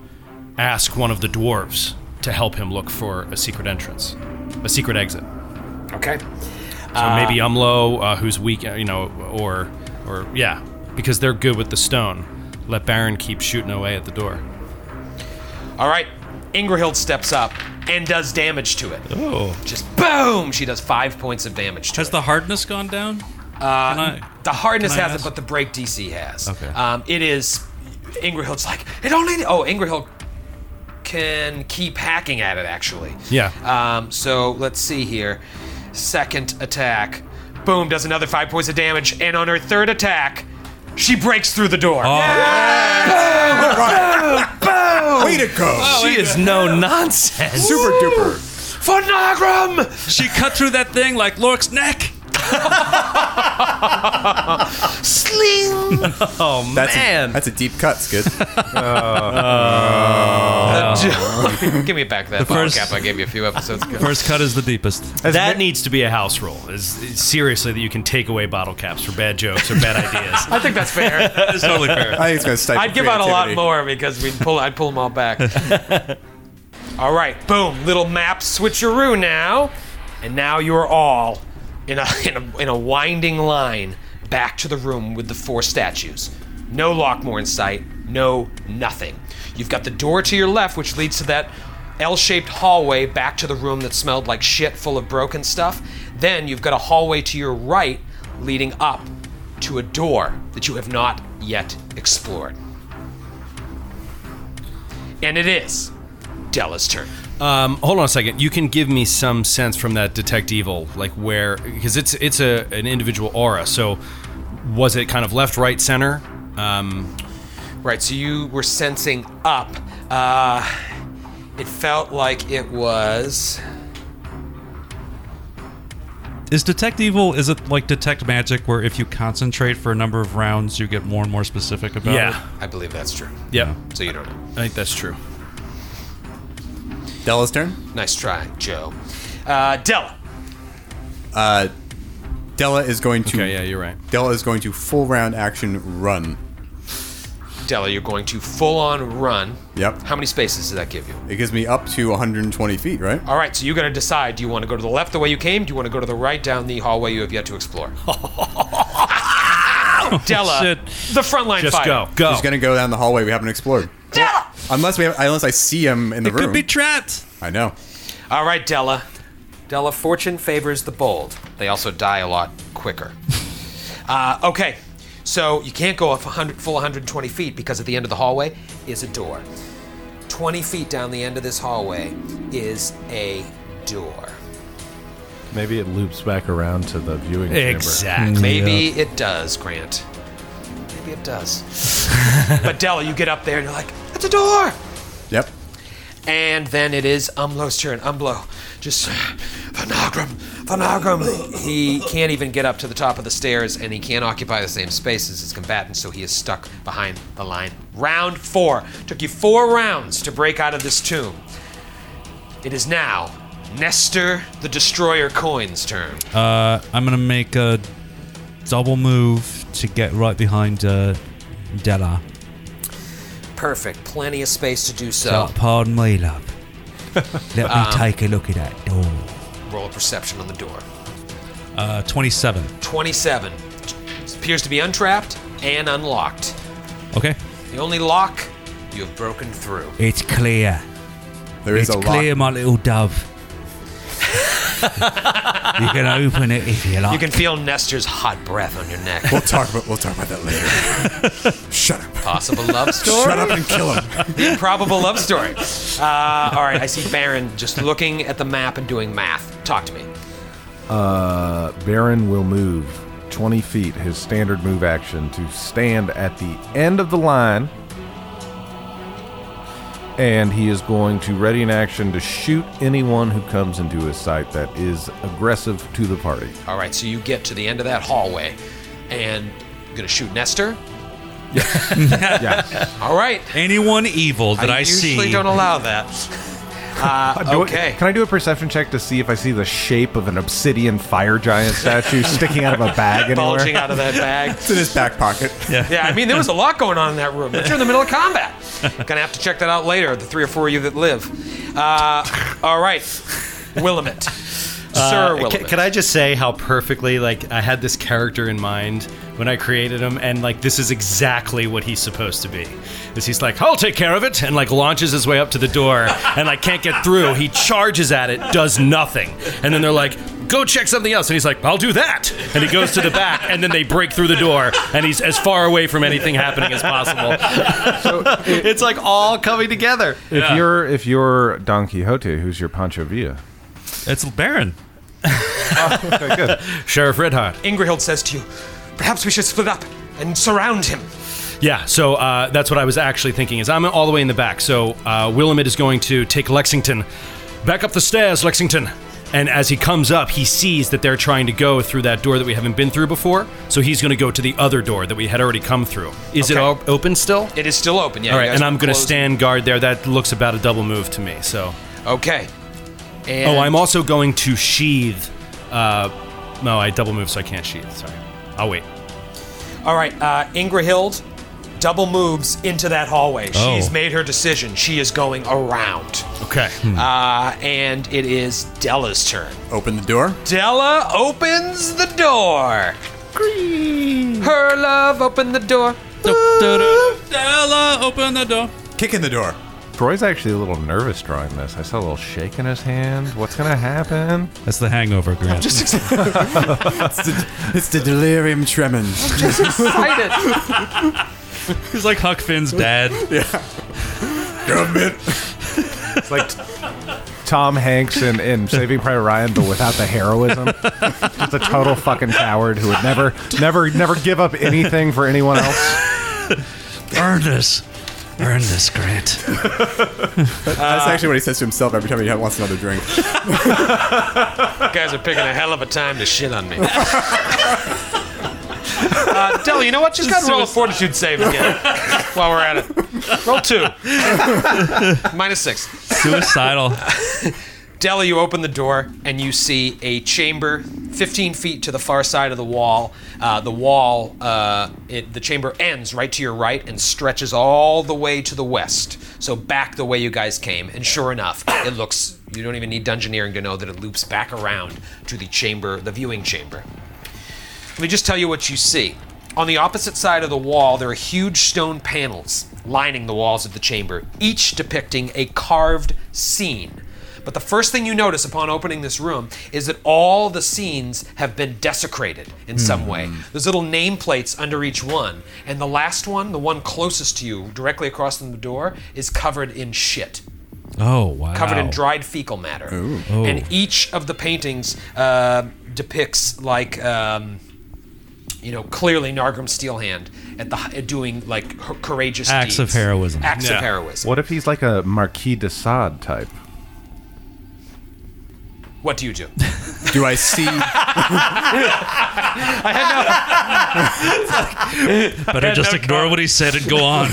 [SPEAKER 7] ask one of the dwarves to help him look for a secret entrance, a secret exit.
[SPEAKER 4] Okay.
[SPEAKER 7] So maybe Umlo, uh, who's weak, uh, you know, or or yeah, because they're good with the stone. Let Baron keep shooting away at the door.
[SPEAKER 4] All right. Ingrahild steps up and does damage to it.
[SPEAKER 6] Oh,
[SPEAKER 4] Just boom! She does five points of damage to it.
[SPEAKER 6] has the hardness gone down? Uh,
[SPEAKER 4] The hardness
[SPEAKER 6] Can I
[SPEAKER 4] hasn't,
[SPEAKER 6] ask?
[SPEAKER 4] but the break DC has.
[SPEAKER 6] Okay.
[SPEAKER 4] Um, it is. Ingrahild's like, it only. Oh, Ingrahild can keep hacking at it, actually.
[SPEAKER 7] Yeah.
[SPEAKER 4] Um, so let's see here. Second attack. Boom, does another five points of damage. And on her third attack, she breaks through the door.
[SPEAKER 6] Oh.
[SPEAKER 4] Oh.
[SPEAKER 3] Way to go!
[SPEAKER 7] She is no nonsense.
[SPEAKER 3] Super duper.
[SPEAKER 4] For Nagram!
[SPEAKER 6] she cut through that thing like Lork's neck.
[SPEAKER 4] Sling! Oh,
[SPEAKER 3] That's
[SPEAKER 7] Man.
[SPEAKER 3] A, that's a deep cut, Skid.
[SPEAKER 4] Give me back that bottle
[SPEAKER 6] first-
[SPEAKER 4] cap I gave you a few episodes ago.
[SPEAKER 6] First cut is the deepest.
[SPEAKER 7] That needs to be a house rule. Is, is seriously that you can take away bottle caps for bad jokes or bad ideas.
[SPEAKER 4] I think that's fair.
[SPEAKER 6] It's totally fair.
[SPEAKER 3] I think it's going to stifle
[SPEAKER 4] I'd give out a lot
[SPEAKER 3] creativity.
[SPEAKER 4] more because we'd pull. I'd pull them all back. all right, boom! Little map switcheroo now, and now you are all in a, in a in a winding line back to the room with the four statues. No Lockmore in sight. No nothing. You've got the door to your left, which leads to that L-shaped hallway back to the room that smelled like shit, full of broken stuff. Then you've got a hallway to your right, leading up to a door that you have not yet explored. And it is Della's turn.
[SPEAKER 7] Um, hold on a second. You can give me some sense from that detect evil, like where because it's it's a an individual aura. So was it kind of left, right, center? Um,
[SPEAKER 4] Right, so you were sensing up. Uh, it felt like it was.
[SPEAKER 6] Is detect evil? Is it like detect magic, where if you concentrate for a number of rounds, you get more and more specific about
[SPEAKER 7] yeah.
[SPEAKER 6] it?
[SPEAKER 4] I believe that's true.
[SPEAKER 7] Yep.
[SPEAKER 4] So you don't know.
[SPEAKER 7] I think that's true.
[SPEAKER 3] Della's turn.
[SPEAKER 4] Nice try, Joe. Uh, Della.
[SPEAKER 3] Della is going to
[SPEAKER 7] Okay. Yeah, you're right.
[SPEAKER 3] Della is going to full round action run.
[SPEAKER 4] Della, you're going to full on run.
[SPEAKER 3] Yep.
[SPEAKER 4] How many spaces does that give you?
[SPEAKER 3] It gives me up to 120 feet, right?
[SPEAKER 4] All right, so you got to decide. Do you want to go to the left the way you came? Do you want to go to the right down the hallway you have yet to explore? Della,
[SPEAKER 6] Shit.
[SPEAKER 4] the frontline
[SPEAKER 7] Just
[SPEAKER 4] fighter.
[SPEAKER 7] go. Go.
[SPEAKER 3] He's gonna go down the hallway we haven't explored. Unless we have, unless I see him in the room.
[SPEAKER 6] Could be trapped.
[SPEAKER 3] I know.
[SPEAKER 4] All right, Della. Della, fortune favors the bold. They also die a lot quicker. uh, okay, so you can't go up 100, full 120 feet because at the end of the hallway is a door. 20 feet down the end of this hallway is a door.
[SPEAKER 8] Maybe it loops back around to the viewing chamber.
[SPEAKER 7] Exactly.
[SPEAKER 4] Maybe it does, Grant. Maybe it does. but Della, you get up there and you're like, that's a door!
[SPEAKER 3] Yep.
[SPEAKER 4] And then it is Umlo's turn. Umlo, just Thanagram, Thanagram. He can't even get up to the top of the stairs, and he can't occupy the same space as his combatants, so he is stuck behind the line. Round four. Took you four rounds to break out of this tomb. It is now Nestor the Destroyer Coin's turn.
[SPEAKER 6] Uh, I'm gonna make a double move to get right behind uh, Della.
[SPEAKER 4] Perfect. Plenty of space to do so.
[SPEAKER 5] Oh, pardon me, love. Let me
[SPEAKER 6] Ah.
[SPEAKER 5] take a look at that door.
[SPEAKER 4] Roll a perception on the door.
[SPEAKER 6] Uh, 27.
[SPEAKER 4] 27. Appears to be untrapped and unlocked.
[SPEAKER 6] Okay.
[SPEAKER 4] The only lock you have broken through.
[SPEAKER 5] It's clear.
[SPEAKER 3] There is
[SPEAKER 5] it's
[SPEAKER 3] a
[SPEAKER 5] clear,
[SPEAKER 3] lock.
[SPEAKER 5] my little dove. you can open it if you like.
[SPEAKER 4] You can feel Nestor's hot breath on your neck.
[SPEAKER 3] We'll talk about we'll talk about that later. Shut up.
[SPEAKER 4] Possible love
[SPEAKER 3] Shut
[SPEAKER 4] story?
[SPEAKER 3] up and kill him.
[SPEAKER 4] The improbable love story. Uh, all right, I see Baron just looking at the map and doing math. Talk to me.
[SPEAKER 8] Uh, Baron will move 20 feet, his standard move action, to stand at the end of the line. And he is going to ready an action to shoot anyone who comes into his sight that is aggressive to the party.
[SPEAKER 4] All right, so you get to the end of that hallway and you're going to shoot Nestor?
[SPEAKER 8] Yeah.
[SPEAKER 4] All right.
[SPEAKER 6] Anyone evil that I,
[SPEAKER 4] usually
[SPEAKER 6] see.
[SPEAKER 4] don't allow that. Uh,
[SPEAKER 8] Do I-
[SPEAKER 4] okay.
[SPEAKER 8] can I do a perception check to see if I see the shape of an obsidian fire giant statue sticking out of a bag anywhere?
[SPEAKER 4] Bulging out of that bag.
[SPEAKER 3] It's in his back pocket.
[SPEAKER 4] Yeah, I mean, there was a lot going on in that room. But you're in the middle of combat. Gonna have to check that out later, the three or four of you that live. Uh, all right, Willamette. Sir
[SPEAKER 7] Uh,
[SPEAKER 4] Willamette.
[SPEAKER 7] can, can I just say how perfectly like I had this character in mind when I created him, and like this is exactly what he's supposed to be. Is he's like, I'll take care of it, and like launches his way up to the door, and like can't get through. He charges at it, does nothing, and then they're like, go check something else, and he's like, I'll do that, and he goes to the back, and then they break through the door, and he's as far away from anything happening as possible. it's like all coming together.
[SPEAKER 8] If you're if you're Don Quixote, who's your Pancho Villa? Oh,
[SPEAKER 6] It's Baron.
[SPEAKER 8] Okay, good.
[SPEAKER 7] Sheriff Redhart.
[SPEAKER 4] Ingrihild says to you, perhaps we should split up and surround him.
[SPEAKER 7] Yeah, so uh, that's what I was actually thinking. Is I'm all the way in the back, so uh, Willamette is going to take Lexington back up the stairs, Lexington. And as he comes up, he sees that they're trying to go through that door that we haven't been through before. So he's going to go to the other door that we had already come through. Is it
[SPEAKER 4] Okay.
[SPEAKER 7] all open still?
[SPEAKER 4] It is still open, yeah.
[SPEAKER 7] all
[SPEAKER 4] you
[SPEAKER 7] right,
[SPEAKER 4] guys
[SPEAKER 7] and I'm going to
[SPEAKER 4] close-
[SPEAKER 7] stand guard there. That looks about a double move to me. So,
[SPEAKER 4] Okay. And
[SPEAKER 7] oh, I'm also going to sheathe. Uh, no, I double move, so I can't sheathe. Sorry, I'll wait.
[SPEAKER 4] All right, uh, Ingrihild double moves into that hallway. She's
[SPEAKER 6] Oh.
[SPEAKER 4] made her decision. She is going around.
[SPEAKER 7] Okay.
[SPEAKER 4] Uh, and it is Della's turn.
[SPEAKER 3] Open the door.
[SPEAKER 4] Della opens the door. Her love opened the door.
[SPEAKER 6] Della, open the door.
[SPEAKER 3] Kick in the door.
[SPEAKER 8] Troy's actually a little nervous drawing this. I saw a little shake in his hand. What's gonna happen?
[SPEAKER 6] That's the hangover, Grant.
[SPEAKER 3] It's the, it's the delirium tremens.
[SPEAKER 4] Excited.
[SPEAKER 6] He's like Huck Finn's dad.
[SPEAKER 3] Government.
[SPEAKER 8] It's like t- Tom Hanks in, in Saving Private Ryan, but without the heroism. Just a total fucking coward who would never, never, never give up anything for anyone else.
[SPEAKER 5] Earn this. Earn this, Grant.
[SPEAKER 3] That's actually what he says to himself every time he wants another drink.
[SPEAKER 4] you guys are picking a hell of a time to shit on me. uh, Della, you know what? Just gotta roll a fortitude save again while we're at it. Roll two. Minus six.
[SPEAKER 6] Suicidal.
[SPEAKER 4] Della, you open the door and you see a chamber 15 feet to the far side of the wall. Uh, the wall, uh, it, the chamber ends right to your right and stretches all the way to the west. So back the way you guys came. And sure enough, it looks, you don't even need dungeoneering to know that it loops back around to the chamber, the viewing chamber. Let me just tell you what you see. On the opposite side of the wall, there are huge stone panels lining the walls of the chamber, each depicting a carved scene. But the first thing you notice upon opening this room is that all the scenes have been desecrated in some way. There's little nameplates under each one, and the last one, the one closest to you, directly across from the door, is covered in shit
[SPEAKER 5] Oh wow!
[SPEAKER 4] covered in dried fecal matter. And each of the paintings uh, depicts like um, you know clearly Nargrim Steelhand at the at doing like her- courageous
[SPEAKER 5] Acts of
[SPEAKER 4] deeds.
[SPEAKER 5] heroism.
[SPEAKER 4] Acts
[SPEAKER 7] Yeah.
[SPEAKER 4] of heroism. What?
[SPEAKER 8] What if he's like a Marquis de Sade type?
[SPEAKER 4] do you do?
[SPEAKER 3] Do I see?
[SPEAKER 5] Better just ignore what he said and go on.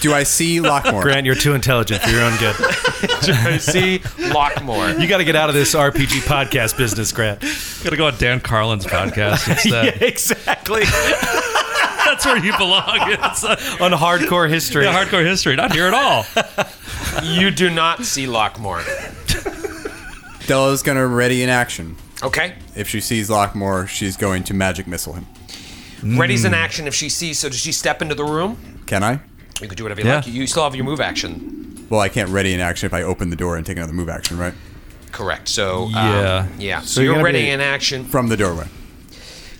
[SPEAKER 3] Do I see Lockmore?
[SPEAKER 7] Grant, you're too intelligent for your own good.
[SPEAKER 4] I see Lockmore.
[SPEAKER 7] You got to get out of this RPG podcast business, Grant.
[SPEAKER 5] Gotta go on Dan Carlin's podcast instead.
[SPEAKER 7] exactly.
[SPEAKER 5] That's where you belong. It's uh,
[SPEAKER 7] On hardcore history.
[SPEAKER 5] yeah, hardcore history, not here at all.
[SPEAKER 4] You do not see Lockmore.
[SPEAKER 3] Della's gonna ready in action.
[SPEAKER 4] Okay.
[SPEAKER 3] If she sees Lockmore, she's going to magic missile him.
[SPEAKER 4] Ready's in action if she sees. So does she step into the room?
[SPEAKER 3] Can I?
[SPEAKER 4] You could do whatever you
[SPEAKER 5] Yeah.
[SPEAKER 4] like. You still have your move action.
[SPEAKER 3] Well, I can't ready in action if I open the door and take another move action, right?
[SPEAKER 4] Correct. So um,
[SPEAKER 5] Yeah.
[SPEAKER 4] yeah. So,
[SPEAKER 8] you're
[SPEAKER 4] you're,
[SPEAKER 8] gonna
[SPEAKER 4] ready
[SPEAKER 8] be-
[SPEAKER 4] in action.
[SPEAKER 3] From the doorway.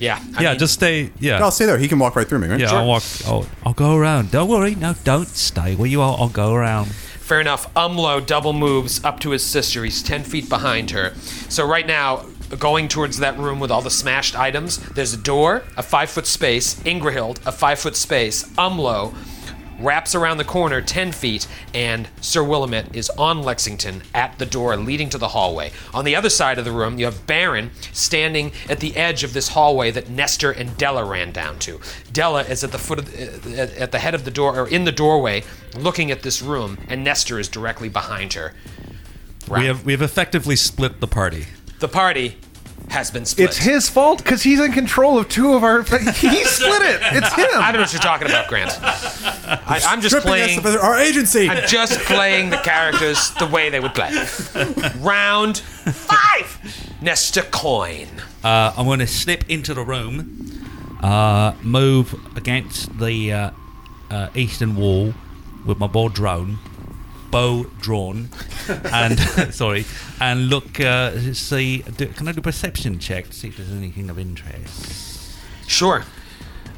[SPEAKER 4] Yeah. I
[SPEAKER 5] yeah,
[SPEAKER 4] mean,
[SPEAKER 5] just stay. Yeah,
[SPEAKER 3] I'll stay there. He can walk right through me, right?
[SPEAKER 5] yeah. I'll walk. I'll,
[SPEAKER 6] I'll go around. Don't worry. No, don't stay where you are. I'll go around.
[SPEAKER 4] Fair enough. Umlo double moves up to his sister. He's 10 feet behind her. So, right now, going towards that room with all the smashed items, there's a door, a five foot space, Ingrahild, a five foot space, Umlo wraps around the corner 10 feet, and Sir Willamette is on Lexington at the door leading to the hallway. On the other side of the room, you have Baron standing at the edge of this hallway that Nestor and Della ran down to. Della is at the foot of the, at- at the head of the door or in the doorway looking at this room and Nestor is directly behind her.
[SPEAKER 5] we have we have effectively split the party.
[SPEAKER 4] The party has been split.
[SPEAKER 8] It's his fault because he's in control of two of our. He split it. It's
[SPEAKER 4] I
[SPEAKER 8] him.
[SPEAKER 4] don't know what you're talking about, Grant. I, I'm just
[SPEAKER 3] Stripping us
[SPEAKER 4] playing
[SPEAKER 3] of our agency.
[SPEAKER 4] I'm just playing the characters the way they would play. Round five. Nestor coin.
[SPEAKER 6] Uh, I'm going to slip into the room, uh, move against the uh, uh, eastern wall with my bow drawn, bow drawn, and sorry, and look. Uh, see, do, can I do a perception check to see if there's anything of interest?
[SPEAKER 4] Sure.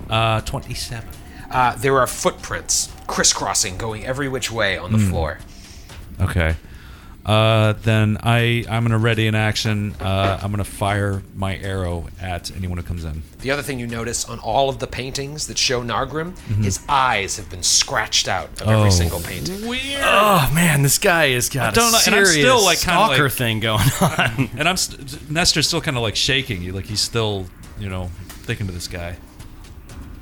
[SPEAKER 6] Uh, Twenty-seven.
[SPEAKER 4] Uh, there are footprints crisscrossing, going every which way on the
[SPEAKER 8] Hmm.
[SPEAKER 4] floor.
[SPEAKER 5] Okay. Uh, then I I'm gonna ready in action. Uh, I'm gonna fire my arrow at anyone who comes in.
[SPEAKER 4] The other thing you notice on all of the paintings that show Nargrim,
[SPEAKER 8] Mm-hmm.
[SPEAKER 4] his eyes have been scratched out of every single painting.
[SPEAKER 7] Oh man, this guy has got
[SPEAKER 5] don't
[SPEAKER 7] a
[SPEAKER 5] know- and I'm
[SPEAKER 7] serious
[SPEAKER 5] still, like, kinda
[SPEAKER 7] stalker
[SPEAKER 5] like-
[SPEAKER 7] thing going on.
[SPEAKER 5] And I'm st- Nestor's still kind of like shaking. He- Like he's still you know thinking to this guy.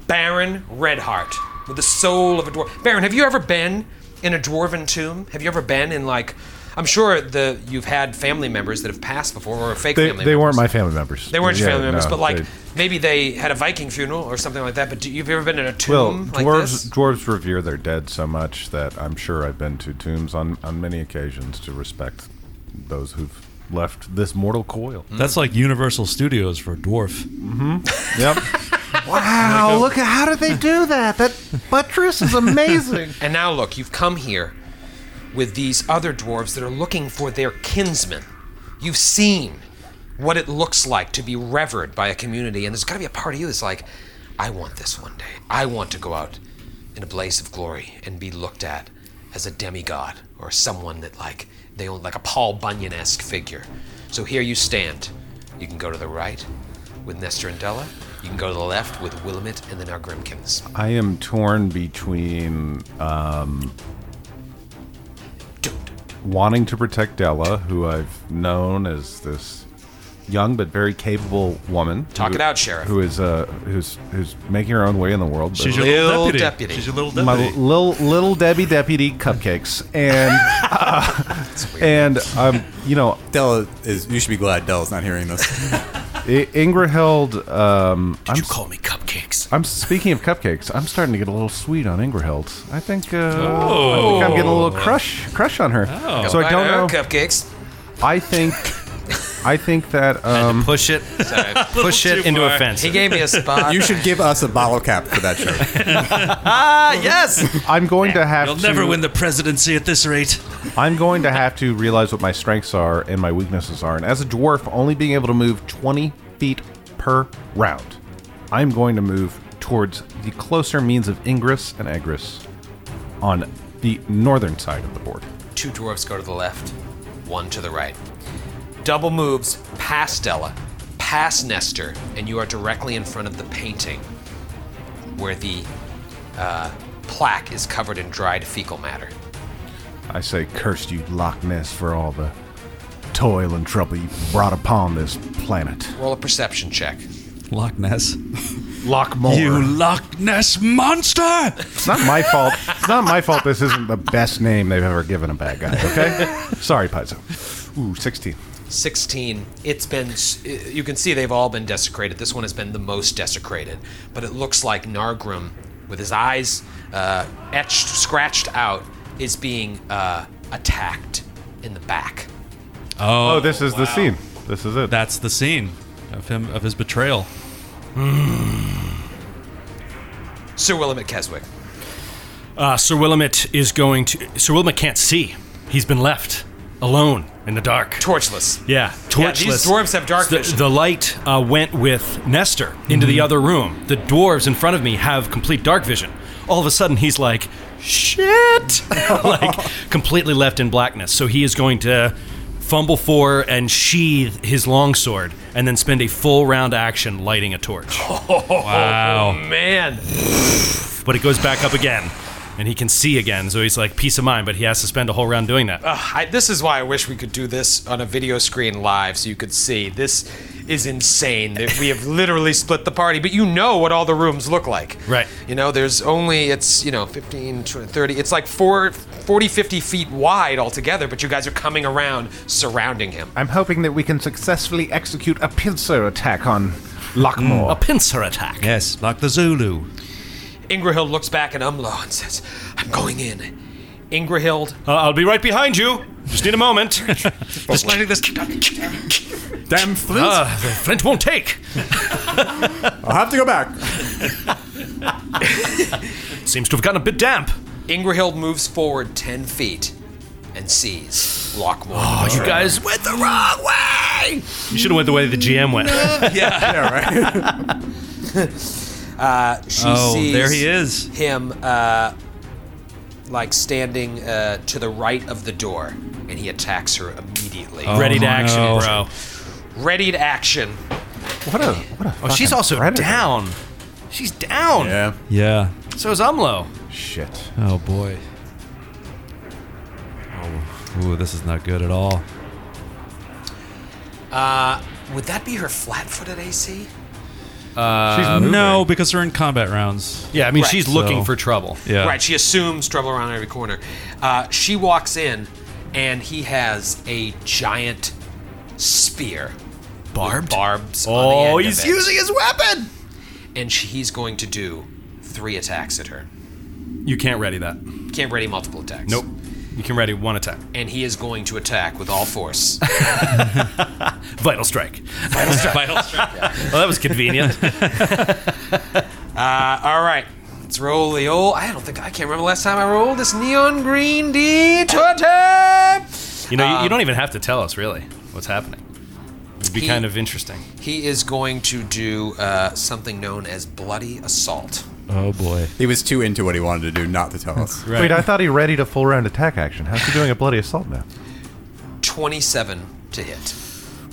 [SPEAKER 4] Baron Redheart, with the soul of a dwarf. Baron, have you ever been in a dwarven tomb? Have you ever been in like? I'm sure the you've had family members that have passed before, or fake
[SPEAKER 8] They,
[SPEAKER 4] family.
[SPEAKER 8] they
[SPEAKER 4] members.
[SPEAKER 8] weren't my family members.
[SPEAKER 4] They weren't your
[SPEAKER 8] Yeah,
[SPEAKER 4] family members,
[SPEAKER 8] no,
[SPEAKER 4] but like
[SPEAKER 8] they-
[SPEAKER 4] maybe they had a Viking funeral or something like that. But do, you've ever been in a tomb
[SPEAKER 8] well,
[SPEAKER 4] like
[SPEAKER 8] dwarves
[SPEAKER 4] this?
[SPEAKER 8] dwarves revere their dead so much that I'm sure I've been to tombs on on many occasions to respect those who've left this mortal coil.
[SPEAKER 5] That's like Universal Studios for a dwarf.
[SPEAKER 8] Yep. wow! Look at how did they do that? That buttress is amazing.
[SPEAKER 4] And now look, you've come here with these other dwarves that are looking for their kinsmen. You've seen what it looks like to be revered by a community, and there's got to be a part of you that's like, I want this one day. I want to go out in a blaze of glory and be looked at as a demigod or someone that like they own like a Paul Bunyan-esque figure. So here you stand. You can go to the right with Nestor and Della. You can go to the left with Willamette and the Nargrimkins.
[SPEAKER 8] I am torn between um, wanting to protect Della, who I've known as this young but very capable woman.
[SPEAKER 4] Talk
[SPEAKER 8] who-
[SPEAKER 4] it out, Sheriff.
[SPEAKER 8] Who is uh, who's who's making her own way in the world. but-
[SPEAKER 5] She's your
[SPEAKER 4] Lil
[SPEAKER 5] little deputy.
[SPEAKER 4] deputy.
[SPEAKER 5] She's your little
[SPEAKER 8] my
[SPEAKER 5] deputy.
[SPEAKER 8] little little Debbie deputy cupcakes and uh, and um you know
[SPEAKER 3] Della is. You should be glad Della's not hearing this.
[SPEAKER 8] I- Ingraheld um I'm
[SPEAKER 7] you call me cupcakes.
[SPEAKER 8] I'm speaking of cupcakes. I'm starting to get a little sweet on Ingraheld. I think uh, I think I'm getting a little crush crush on her.
[SPEAKER 5] Oh.
[SPEAKER 8] So I
[SPEAKER 4] Buy
[SPEAKER 8] don't
[SPEAKER 4] my
[SPEAKER 8] know.
[SPEAKER 4] own Cupcakes.
[SPEAKER 8] I think I think that um
[SPEAKER 7] Push it, push it into a fence.
[SPEAKER 4] He gave me a spot.
[SPEAKER 3] you should give us a bottle cap for that show.
[SPEAKER 9] Ah, yes.
[SPEAKER 8] I'm going to have
[SPEAKER 5] You'll
[SPEAKER 8] to
[SPEAKER 5] never win the presidency at this rate.
[SPEAKER 8] I'm going to have to realize what my strengths are and my weaknesses are. And as a dwarf, only being able to move 20 feet per round, I'm going to move towards the closer means of ingress and egress on the northern side of the board.
[SPEAKER 4] Two dwarves go to the left, one to the right. Double moves past Della, past Nestor, and you are directly in front of the painting where the uh, plaque is covered in dried fecal matter.
[SPEAKER 8] I say, cursed you, Loch Ness, for all the toil and trouble you brought upon this planet.
[SPEAKER 4] Roll a perception check.
[SPEAKER 6] Loch Ness.
[SPEAKER 8] Lochmore.
[SPEAKER 6] You Loch Ness monster!
[SPEAKER 8] It's not my fault. It's not my fault this isn't the best name they've ever given a bad guy, okay? Sorry, Paizo. Ooh, 16.
[SPEAKER 4] 16 it's been s- you can see they've all been desecrated this one has been the most desecrated but it looks like nargrim with his eyes uh, etched scratched out is being uh, attacked in the back
[SPEAKER 8] Oh, this is the scene. This is it.
[SPEAKER 6] That's the scene of him of his betrayal.
[SPEAKER 4] sir willamette keswick
[SPEAKER 7] Uh, Sir Willamette is going to. Sir Willamette can't see. He's been left alone in the dark.
[SPEAKER 4] torchless
[SPEAKER 7] Yeah,
[SPEAKER 4] Yeah,
[SPEAKER 7] torchless.
[SPEAKER 4] these dwarves have dark
[SPEAKER 7] the,
[SPEAKER 4] vision. Mm-hmm.
[SPEAKER 7] the light uh, went with Nestor into the other room. The dwarves in front of me have complete dark vision. All of a sudden, he's like, "Shit!" like completely left in blackness. So he is going to fumble for and sheathe his longsword, and then spend a full round action lighting a torch.
[SPEAKER 4] oh man
[SPEAKER 7] But it goes back up again, and he can see again. So he's like, "Peace of mind," but he has to spend a whole round doing that.
[SPEAKER 4] I, this is why I wish we could do this on a video screen live so you could see. This is insane that we have literally split the party, but you know what all the rooms look like.
[SPEAKER 7] Right.
[SPEAKER 4] You know, there's only, it's, you know, 15, 20, 30, it's like four, 40, 50 feet wide altogether, but you guys are coming around surrounding him.
[SPEAKER 8] I'm hoping that we can successfully execute a pincer attack on Lockmore.
[SPEAKER 7] a pincer attack.
[SPEAKER 5] Yes, like the Zulu.
[SPEAKER 4] Ingrahild looks back at Umlo and says, I'm going in. Ingrahild,
[SPEAKER 7] Uh, I'll be right behind you. Just need a moment.
[SPEAKER 5] Just letting this.
[SPEAKER 3] Damn flute!
[SPEAKER 7] Uh, the flint won't take.
[SPEAKER 3] I'll have to go back.
[SPEAKER 7] Seems to have gotten a bit damp.
[SPEAKER 4] Ingrahild moves forward 10 feet and sees Lockmore.
[SPEAKER 5] Oh,
[SPEAKER 7] You guys went the wrong way. You should have went the way the GM went. Oh,
[SPEAKER 4] she
[SPEAKER 5] Oh,
[SPEAKER 4] sees
[SPEAKER 5] there he is.
[SPEAKER 4] him uh, like standing uh, to the right of the door and he attacks her immediately
[SPEAKER 7] Ready to
[SPEAKER 5] no.
[SPEAKER 7] action, bro.
[SPEAKER 4] ready to action
[SPEAKER 8] What a what a
[SPEAKER 7] Oh, she's also
[SPEAKER 8] predator.
[SPEAKER 7] down. She's down.
[SPEAKER 3] Yeah.
[SPEAKER 5] Yeah.
[SPEAKER 7] So is Umlo.
[SPEAKER 8] shit.
[SPEAKER 5] Oh boy. Oh, ooh, this is not good at all.
[SPEAKER 4] would that be her flat-footed ac
[SPEAKER 5] No, because they're in combat rounds.
[SPEAKER 7] Yeah, I mean, she's looking
[SPEAKER 5] So-
[SPEAKER 7] for trouble.
[SPEAKER 5] Yeah.
[SPEAKER 4] right she assumes trouble around every corner uh, she walks in and he has a giant spear barbed barbs on the
[SPEAKER 7] Oh,
[SPEAKER 4] end of
[SPEAKER 7] he's
[SPEAKER 4] it.
[SPEAKER 7] using his weapon.
[SPEAKER 4] and she, he's going to do three attacks at her
[SPEAKER 7] You can't ready that.
[SPEAKER 4] can't ready multiple attacks
[SPEAKER 7] Nope. You can ready one attack.
[SPEAKER 4] and he is going to attack with all force
[SPEAKER 7] Vital strike. Vital strike. Vital strike. Well, that was convenient.
[SPEAKER 4] All right. Let's roll the old. I don't think I can't remember last time I rolled this neon green D20.
[SPEAKER 7] You know, you, you don't even have to tell us really what's happening. It'd be
[SPEAKER 4] He-
[SPEAKER 7] kind of interesting.
[SPEAKER 4] He is going to do uh, something known as bloody assault.
[SPEAKER 5] Oh boy.
[SPEAKER 3] He was too into what he wanted to do not to tell us.
[SPEAKER 8] Wait, I thought he readied a full round attack action. How's he doing a bloody assault now?
[SPEAKER 4] 27 to hit.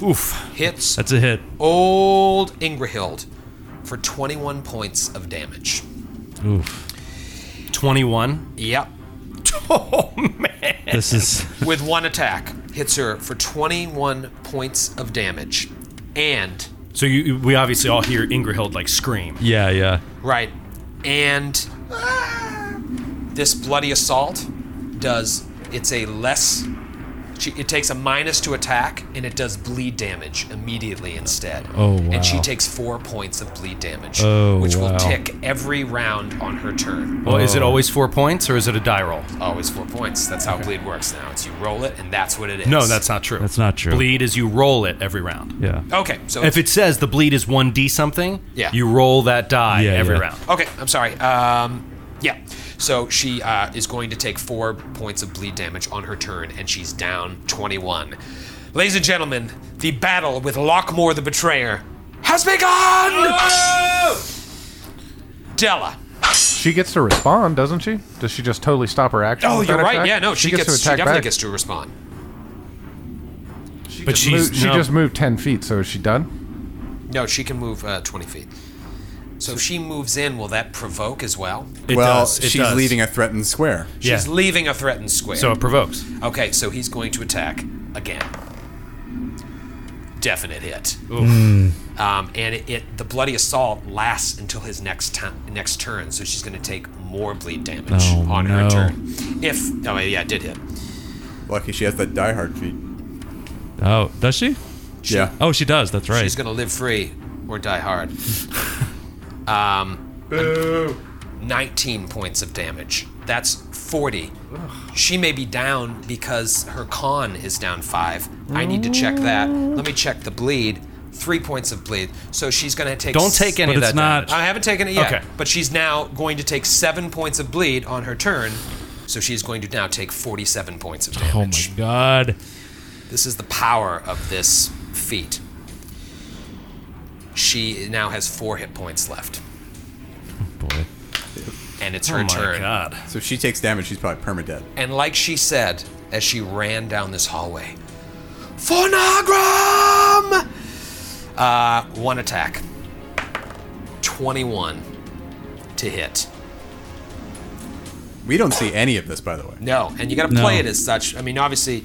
[SPEAKER 7] Oof.
[SPEAKER 4] Hits
[SPEAKER 5] That's a hit.
[SPEAKER 4] old Ingrahild for 21 points of damage.
[SPEAKER 5] Oof.
[SPEAKER 7] Twenty-one.
[SPEAKER 4] Yep.
[SPEAKER 7] Oh man.
[SPEAKER 5] This is
[SPEAKER 4] With one attack, hits her for 21 points of damage. and
[SPEAKER 7] So you, you- we obviously all hear Ingerhild like scream.
[SPEAKER 6] Yeah, yeah.
[SPEAKER 4] right, and this bloody assault does it's a less she, it takes a minus to attack and it does bleed damage immediately instead.
[SPEAKER 6] Oh,
[SPEAKER 4] And she
[SPEAKER 6] wow.
[SPEAKER 4] takes 4 points of bleed damage,
[SPEAKER 6] Oh,
[SPEAKER 4] which
[SPEAKER 6] wow.
[SPEAKER 4] will tick every round on her turn.
[SPEAKER 7] Well, is it always four points or is it a die roll?
[SPEAKER 4] Always 4 points. That's how bleed works now. It's you roll it and that's what it is.
[SPEAKER 7] No, that's not true.
[SPEAKER 6] That's not true.
[SPEAKER 7] Bleed is you roll it every round.
[SPEAKER 6] Yeah.
[SPEAKER 4] Okay, so
[SPEAKER 7] If it says the bleed is one d something,
[SPEAKER 4] Yeah.
[SPEAKER 7] you roll that die
[SPEAKER 6] Yeah,
[SPEAKER 7] every
[SPEAKER 6] yeah.
[SPEAKER 7] round.
[SPEAKER 4] Okay, I'm sorry. Um, yeah. So she uh, is going to take four points of bleed damage on her turn, and she's down 21. Ladies and gentlemen, the battle with Lockmore the Betrayer has begun! Della.
[SPEAKER 10] She gets to respond, doesn't she? Does she just totally stop her action?
[SPEAKER 4] Oh,
[SPEAKER 10] with
[SPEAKER 4] you're
[SPEAKER 10] that
[SPEAKER 4] right.
[SPEAKER 10] attack?
[SPEAKER 4] Yeah, no, she, gets, she
[SPEAKER 10] attack
[SPEAKER 4] definitely
[SPEAKER 10] back?
[SPEAKER 4] gets to respond.
[SPEAKER 7] but
[SPEAKER 10] Mo-
[SPEAKER 7] she's
[SPEAKER 10] she
[SPEAKER 7] no.
[SPEAKER 10] just moved ten feet, so is she done?
[SPEAKER 4] No, she can move uh, 20 feet. So if she moves in, will that provoke as well?
[SPEAKER 7] It
[SPEAKER 3] well,
[SPEAKER 7] does, it
[SPEAKER 3] she's
[SPEAKER 7] does.
[SPEAKER 3] leaving a threatened square.
[SPEAKER 7] Yeah.
[SPEAKER 4] She's leaving a threatened square.
[SPEAKER 7] So it provokes.
[SPEAKER 4] Okay, so he's going to attack again. Definite hit.
[SPEAKER 6] Hmm.
[SPEAKER 4] Um, and it, it the bloody assault lasts until his next time, next turn. So she's going to take more bleed damage
[SPEAKER 6] Oh,
[SPEAKER 4] on
[SPEAKER 6] no.
[SPEAKER 4] her turn. If oh yeah, it did hit.
[SPEAKER 3] Lucky she has that diehard feet.
[SPEAKER 6] Oh, does she?
[SPEAKER 3] yeah.
[SPEAKER 6] Oh, she does. That's right.
[SPEAKER 4] She's going to live free or die hard. um, Nineteen points of damage. That's forty. She may be down because her con is down five. I need to check that. Let me check the bleed. Three points of bleed. So she's going to take.
[SPEAKER 7] Don't take any
[SPEAKER 6] But
[SPEAKER 7] of
[SPEAKER 6] it's
[SPEAKER 7] that
[SPEAKER 6] not-
[SPEAKER 7] damage.
[SPEAKER 4] I haven't taken it yet.
[SPEAKER 7] Okay.
[SPEAKER 4] But she's now going to take seven points of bleed on her turn. So she's going to now take 47 points of
[SPEAKER 6] oh
[SPEAKER 4] damage.
[SPEAKER 6] my god.
[SPEAKER 4] This is the power of this feat. She now has four hit points left,
[SPEAKER 6] Boy.
[SPEAKER 4] and it's
[SPEAKER 7] Oh
[SPEAKER 4] her
[SPEAKER 7] my
[SPEAKER 4] turn.
[SPEAKER 7] god.
[SPEAKER 3] So if she takes damage, she's probably permadead.
[SPEAKER 4] And like she said as she ran down this hallway, Phonogram! Uh, one attack. 21 to hit.
[SPEAKER 3] We don't see any of this, by the way.
[SPEAKER 4] No, and you got to
[SPEAKER 6] No.
[SPEAKER 4] play it as such. I mean, obviously,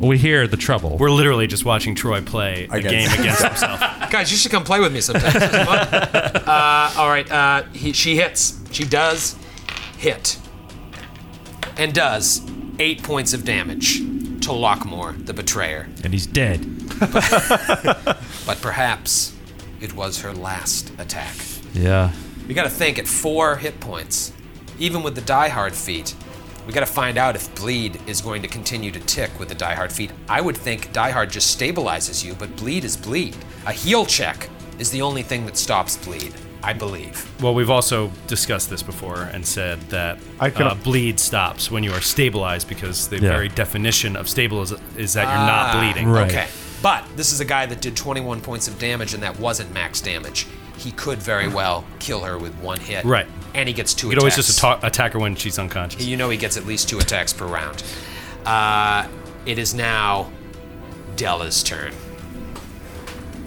[SPEAKER 6] We hear the trouble.
[SPEAKER 7] We're literally just watching Troy play a
[SPEAKER 3] guess.
[SPEAKER 7] game against himself.
[SPEAKER 4] guys, you should come play with me sometime. This is fun. uh, all right, uh, he, she hits. She does hit, and does eight points of damage to Lockmore, the betrayer.
[SPEAKER 6] and he's dead.
[SPEAKER 4] But perhaps it was her last attack.
[SPEAKER 6] Yeah.
[SPEAKER 4] We got to think at four hit points, even with the diehard feat. We got to find out if bleed is going to continue to tick with the diehard feat. I would think diehard just stabilizes you, but bleed is bleed. A heal check is the only thing that stops bleed, I believe.
[SPEAKER 7] Well, we've also discussed this before and said that
[SPEAKER 10] I can-
[SPEAKER 7] uh, bleed stops when you are stabilized because the
[SPEAKER 6] Yeah.
[SPEAKER 7] very definition of stable is, is that you're not bleeding.
[SPEAKER 6] Right.
[SPEAKER 4] Ah, Okay. But this is a guy that did 21 points of damage, and that wasn't max damage. He could very well kill her with one hit.
[SPEAKER 7] Right.
[SPEAKER 4] And he gets two
[SPEAKER 7] You could always
[SPEAKER 4] attacks.
[SPEAKER 7] just atta- attack her when she's unconscious.
[SPEAKER 4] You know he gets at least two attacks per round. Uh, it is now Della's turn.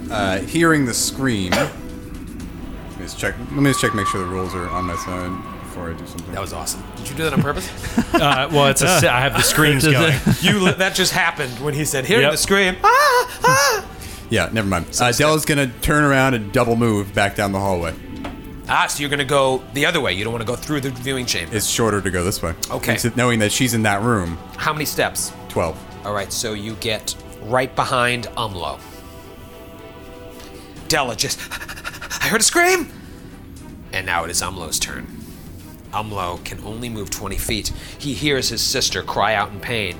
[SPEAKER 3] Uh, hearing the scream. let me just check. Let me just check. Make sure the rules are on my side before I do something.
[SPEAKER 4] That was awesome. Did you do that on purpose?
[SPEAKER 7] Uh, well, it's a, se- I have the screams going.
[SPEAKER 4] you li- that just happened when he said, "Hearing
[SPEAKER 7] Yep.
[SPEAKER 4] the scream." Ah, ah.
[SPEAKER 3] yeah. Never mind. Uh, Della's gonna turn around and double move back down the hallway.
[SPEAKER 4] ah, so you're gonna go the other way. You don't want to go through the viewing chamber.
[SPEAKER 3] It's shorter to go this way.
[SPEAKER 4] Okay.
[SPEAKER 3] And so knowing that she's in that room,
[SPEAKER 4] How many steps?
[SPEAKER 3] twelve.
[SPEAKER 4] All right, so you get right behind Umlo. Della just, I heard a scream! And now it is Umlo's turn. Umlo can only move 20 feet. He hears his sister cry out in pain.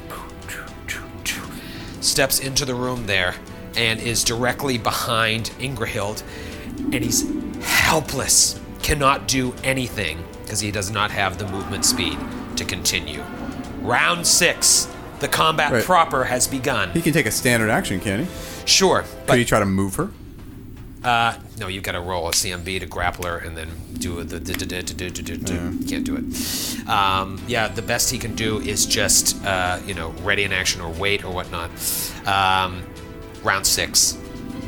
[SPEAKER 4] Steps into the room there and is directly behind Ingrahild. And he's helpless, cannot do anything because he does not have the movement speed to continue. Round six. The combat
[SPEAKER 3] Right.
[SPEAKER 4] proper has begun.
[SPEAKER 3] He can take a standard action, can he?
[SPEAKER 4] Sure,
[SPEAKER 3] Could
[SPEAKER 4] but
[SPEAKER 3] he try to move her?
[SPEAKER 4] uh, no, you've got to roll a CMB to grappler and then do the. the- the- the- the- the- the- Can't do it. Um, yeah, the best he can do is just, uh, you know, ready in action or wait or whatnot. Um, round six,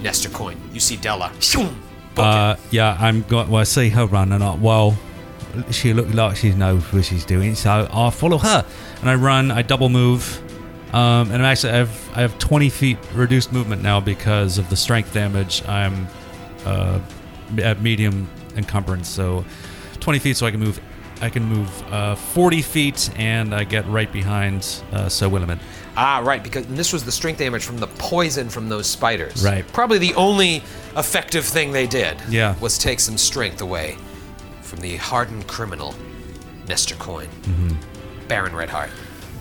[SPEAKER 4] Nestor Coin. You see Della. Shoom! Book
[SPEAKER 6] Uh, yeah, I'm going. Well, I see her running up. Well, she looked like she knows what she's doing, so I follow her. And I run, I double move, Um, and actually, I have I have 20 feet reduced movement now because of the strength damage. I'm uh, at medium encumbrance, so 20 feet, so I can move. I can move uh, 40 feet, and I get right behind uh, Sir Williman.
[SPEAKER 4] Ah, right, because and this was the strength damage from the poison from those spiders.
[SPEAKER 6] Right.
[SPEAKER 4] Probably the only effective thing they did.
[SPEAKER 6] Yeah.
[SPEAKER 4] Was take some strength away from the hardened criminal, Nestor Coin,
[SPEAKER 6] Mm-hmm.
[SPEAKER 4] Baron Redheart,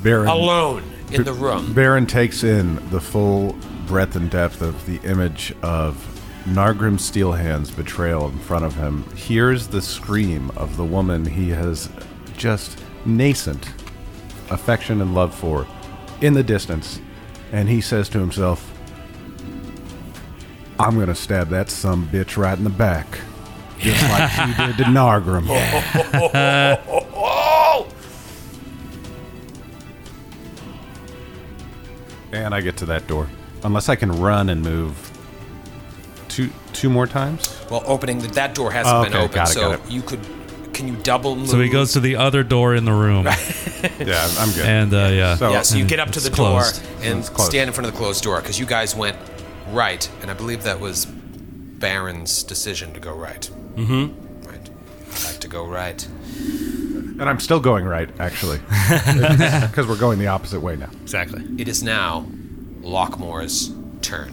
[SPEAKER 8] Baron.
[SPEAKER 4] alone in the room.
[SPEAKER 8] Baron takes in the full breadth and depth of the image of Nargrim Steelhand's betrayal in front of him, hears the scream of the woman he has just nascent affection and love for in the distance, and he says to himself, I'm going to stab that some bitch right in the back, just like she did to Nargrim.
[SPEAKER 5] And I get to that door. Unless I can run and move two two more times.
[SPEAKER 4] Well, opening the, that door hasn't been
[SPEAKER 5] Okay,
[SPEAKER 4] open,
[SPEAKER 5] got it,
[SPEAKER 4] so
[SPEAKER 5] got it.
[SPEAKER 4] you could. Can you double move?
[SPEAKER 6] So he goes to the other door in the room,
[SPEAKER 5] Yeah, I'm- I'm good.
[SPEAKER 6] and uh, yeah,
[SPEAKER 5] So-
[SPEAKER 4] Yeah, so you
[SPEAKER 6] and
[SPEAKER 4] get up to
[SPEAKER 6] it's
[SPEAKER 4] the
[SPEAKER 6] closed.
[SPEAKER 4] door and
[SPEAKER 5] It's closed.
[SPEAKER 4] stand in front of the closed door because you guys went right, and I believe that was Baron's decision to go right. Mm-hmm. Right. I like to go right.
[SPEAKER 8] And I'm still going right, actually, because we're going the opposite way now.
[SPEAKER 7] Exactly.
[SPEAKER 4] It is now Lockmore's turn.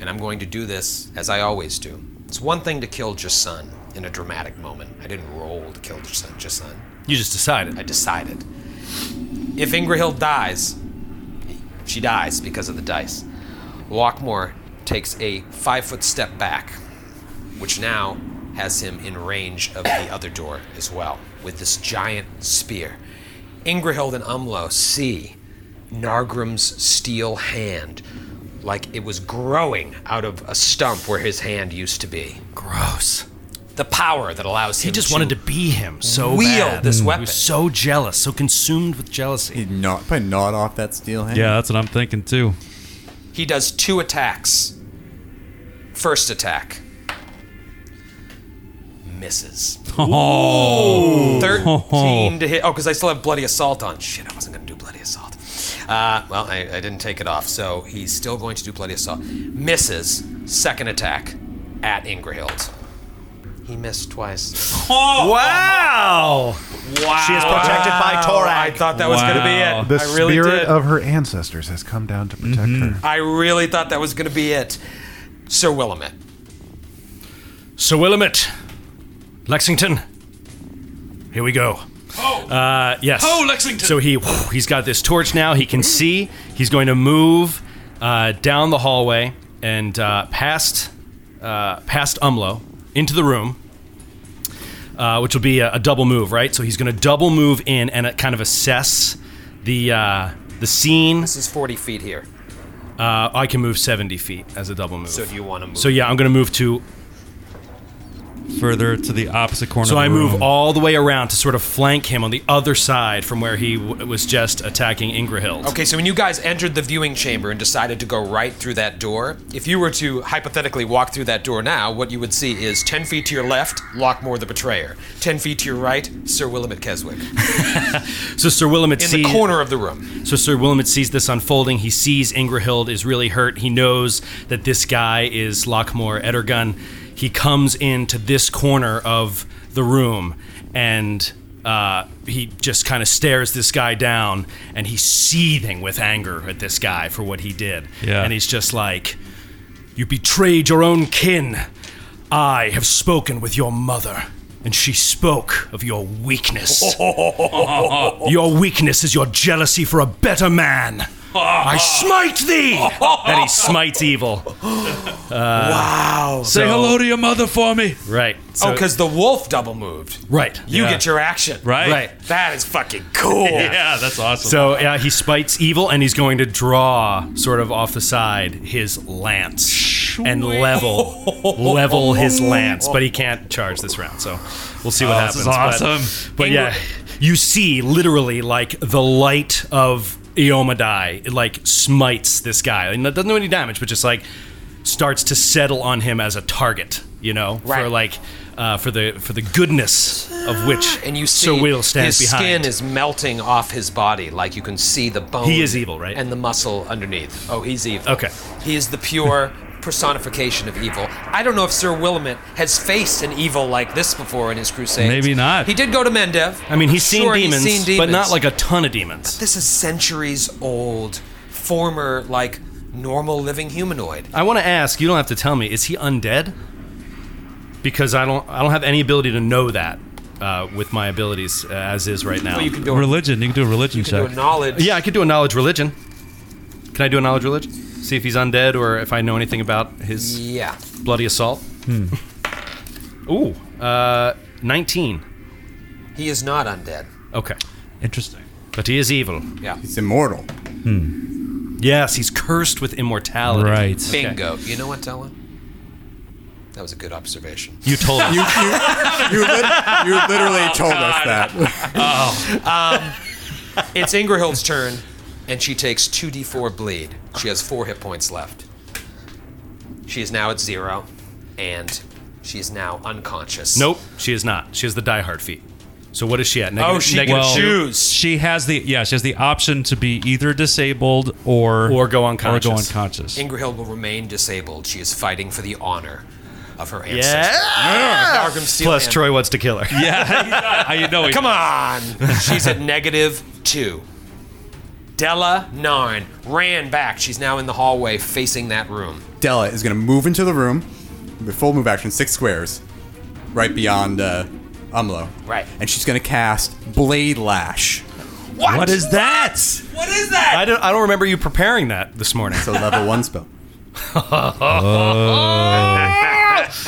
[SPEAKER 4] And I'm going to do this as I always do. It's one thing to kill Jason in a dramatic moment. I didn't roll to kill Jason. Jason.
[SPEAKER 7] You just decided.
[SPEAKER 4] I decided. If Ingrahild dies, she dies because of the dice. Lockmore takes a five foot step back, which now has him in range of the other door as well, with this giant spear. Ingrahild and Umlo see Nargrim's steel hand, like it was growing out of a stump where his hand used to be.
[SPEAKER 7] Gross.
[SPEAKER 4] The power that allows him
[SPEAKER 7] He just wanted to be him so
[SPEAKER 4] wield
[SPEAKER 7] bad.
[SPEAKER 4] this
[SPEAKER 7] He was
[SPEAKER 4] weapon.
[SPEAKER 7] so jealous, so consumed with jealousy.
[SPEAKER 3] He'd not probably nod off that steel hand.
[SPEAKER 6] yeah, that's what I'm thinking too.
[SPEAKER 4] He does two attacks. First attack misses. Oh, 13 to hit. Oh, because I still have bloody assault on. Shit, I wasn't going to do bloody assault. Uh, well, I, I didn't take it off, so he's still going to do bloody assault. Misses. Second attack at Ingrahild. He missed twice.
[SPEAKER 7] Wow!
[SPEAKER 4] She is protected by Torak. I thought that was going to be
[SPEAKER 6] Wow.
[SPEAKER 4] it.
[SPEAKER 8] The
[SPEAKER 4] I really
[SPEAKER 8] spirit
[SPEAKER 4] did.
[SPEAKER 8] of her ancestors has come down to protect her.
[SPEAKER 4] I really thought that was going to be it. Sir Willamette.
[SPEAKER 7] Sir Willamette, Lexington, here we go.
[SPEAKER 4] Oh.
[SPEAKER 7] Uh, yes.
[SPEAKER 12] Ho, Lexington!
[SPEAKER 7] So he he's got this torch now. He can see. He's going to move uh, down the hallway and uh, past uh, past Umlo into the room, uh, which will be a, a double move, right? So he's going to double move in and uh, kind of assess the uh, the scene.
[SPEAKER 4] This is 40 feet here.
[SPEAKER 7] Uh, I can move seventy feet as a double move.
[SPEAKER 4] So if you want to move.
[SPEAKER 7] So yeah, I'm going to move to
[SPEAKER 6] Further to the opposite corner.
[SPEAKER 7] So
[SPEAKER 6] of the
[SPEAKER 7] I move
[SPEAKER 6] room.
[SPEAKER 7] all the way around to sort of flank him on the other side from where he w- was just attacking Ingrahild.
[SPEAKER 4] Okay, so when you guys entered the viewing chamber and decided to go right through that door, if you were to hypothetically walk through that door now, what you would see is 10 feet to your left, Lockmore the Betrayer. 10 feet to your right, Sir Willamette Keswick.
[SPEAKER 7] So Sir Willamette
[SPEAKER 4] In
[SPEAKER 7] sees
[SPEAKER 4] the corner of the room.
[SPEAKER 7] So Sir Willamette sees this unfolding. He sees Ingrahild is really hurt. He knows that this guy is Lockmore Edergun. He comes into this corner of the room and uh, he just kind of stares this guy down and he's seething with anger at this guy for what he did.
[SPEAKER 6] Yeah.
[SPEAKER 7] And he's just like, You betrayed your own kin. I have spoken with your mother, and she spoke of your weakness. Your weakness is your jealousy for a better man. I smite thee! and he smites evil. wow.
[SPEAKER 6] Say hello to your mother for me.
[SPEAKER 7] Right.
[SPEAKER 4] Oh,
[SPEAKER 7] So,
[SPEAKER 4] because the wolf double moved.
[SPEAKER 7] right.
[SPEAKER 4] You
[SPEAKER 6] Yeah.
[SPEAKER 4] get your action.
[SPEAKER 6] Right.
[SPEAKER 7] Right.
[SPEAKER 4] That is fucking cool.
[SPEAKER 6] Yeah, that's awesome.
[SPEAKER 7] So yeah, he spites evil, and he's going to draw sort of off the side his lance and level level his lance, but he can't charge this round. So we'll see what
[SPEAKER 6] Oh, this
[SPEAKER 7] happens.
[SPEAKER 6] is
[SPEAKER 7] But-
[SPEAKER 6] awesome.
[SPEAKER 7] But, yeah, you see literally like the light of Eomadai like smites this guy, and that doesn't do any damage, but just like starts to settle on him as a target. You know, for
[SPEAKER 4] Right.
[SPEAKER 7] like uh, for the for the goodness of which
[SPEAKER 4] and you see
[SPEAKER 7] Sir Will stands
[SPEAKER 4] his
[SPEAKER 7] behind.
[SPEAKER 4] skin is melting off his body. Like you can see the bone.
[SPEAKER 7] He is evil, right?
[SPEAKER 4] And the muscle underneath. Oh, he's evil.
[SPEAKER 7] Okay.
[SPEAKER 4] He is the pure personification of evil. I don't know if Sir Willamette has faced an evil like this before in his crusade.
[SPEAKER 5] Maybe not.
[SPEAKER 4] He did go to Mendev.
[SPEAKER 7] I mean, he's seen,
[SPEAKER 4] Sure,
[SPEAKER 7] demons,
[SPEAKER 4] he's seen
[SPEAKER 7] but
[SPEAKER 4] demons,
[SPEAKER 7] not like a ton of demons.
[SPEAKER 4] this is centuries old, former like normal living humanoid.
[SPEAKER 7] I want to ask. You don't have to tell me. Is he undead? Because I don't. I don't have any ability to know that uh, with my abilities uh, as is right now.
[SPEAKER 4] Well, you can do a,
[SPEAKER 5] Religion. You can do a religion
[SPEAKER 4] you can
[SPEAKER 5] check.
[SPEAKER 4] do a knowledge.
[SPEAKER 7] yeah, I could do a knowledge religion. Can I do a knowledge religion? See if he's undead or if I know anything about his
[SPEAKER 4] Yeah.
[SPEAKER 7] bloody assault.
[SPEAKER 5] Hmm.
[SPEAKER 7] Ooh, uh, nineteen.
[SPEAKER 4] He is not undead.
[SPEAKER 7] Okay,
[SPEAKER 5] Interesting.
[SPEAKER 7] but he is evil.
[SPEAKER 4] Yeah.
[SPEAKER 3] He's immortal.
[SPEAKER 7] Yes, he's cursed with immortality.
[SPEAKER 5] Right.
[SPEAKER 4] Bingo. You know what, Dylan? That was a good observation.
[SPEAKER 7] You told me.
[SPEAKER 3] You, lit- you literally told us that.
[SPEAKER 4] It's Ingrahild's turn, and she takes 2d4 bleed. She has four hit points left. She is now at zero, and she is now unconscious.
[SPEAKER 7] nope, she is not. She has the diehard feet. So what is she at? Negative,
[SPEAKER 4] Oh, she
[SPEAKER 7] negative
[SPEAKER 4] can
[SPEAKER 7] two?
[SPEAKER 4] choose.
[SPEAKER 5] She has the yeah. She has the option to be either disabled or
[SPEAKER 7] Or go unconscious.
[SPEAKER 5] Or go unconscious.
[SPEAKER 4] Ingrahild will remain disabled. She is fighting for the honor of her ancestors. Yeah.
[SPEAKER 7] Plus, Troy wants to kill her.
[SPEAKER 5] yeah. I know.
[SPEAKER 4] Come on. She's at negative two. Della Narn ran back. She's now in the hallway facing that room.
[SPEAKER 3] Della is going to move into the room, with full move action, six squares, right beyond uh, Umlo.
[SPEAKER 4] Right.
[SPEAKER 3] And she's going to cast Blade Lash.
[SPEAKER 5] What is that?
[SPEAKER 4] What is that?
[SPEAKER 7] I don't. I don't remember you preparing that this morning.
[SPEAKER 3] It's a level one spell.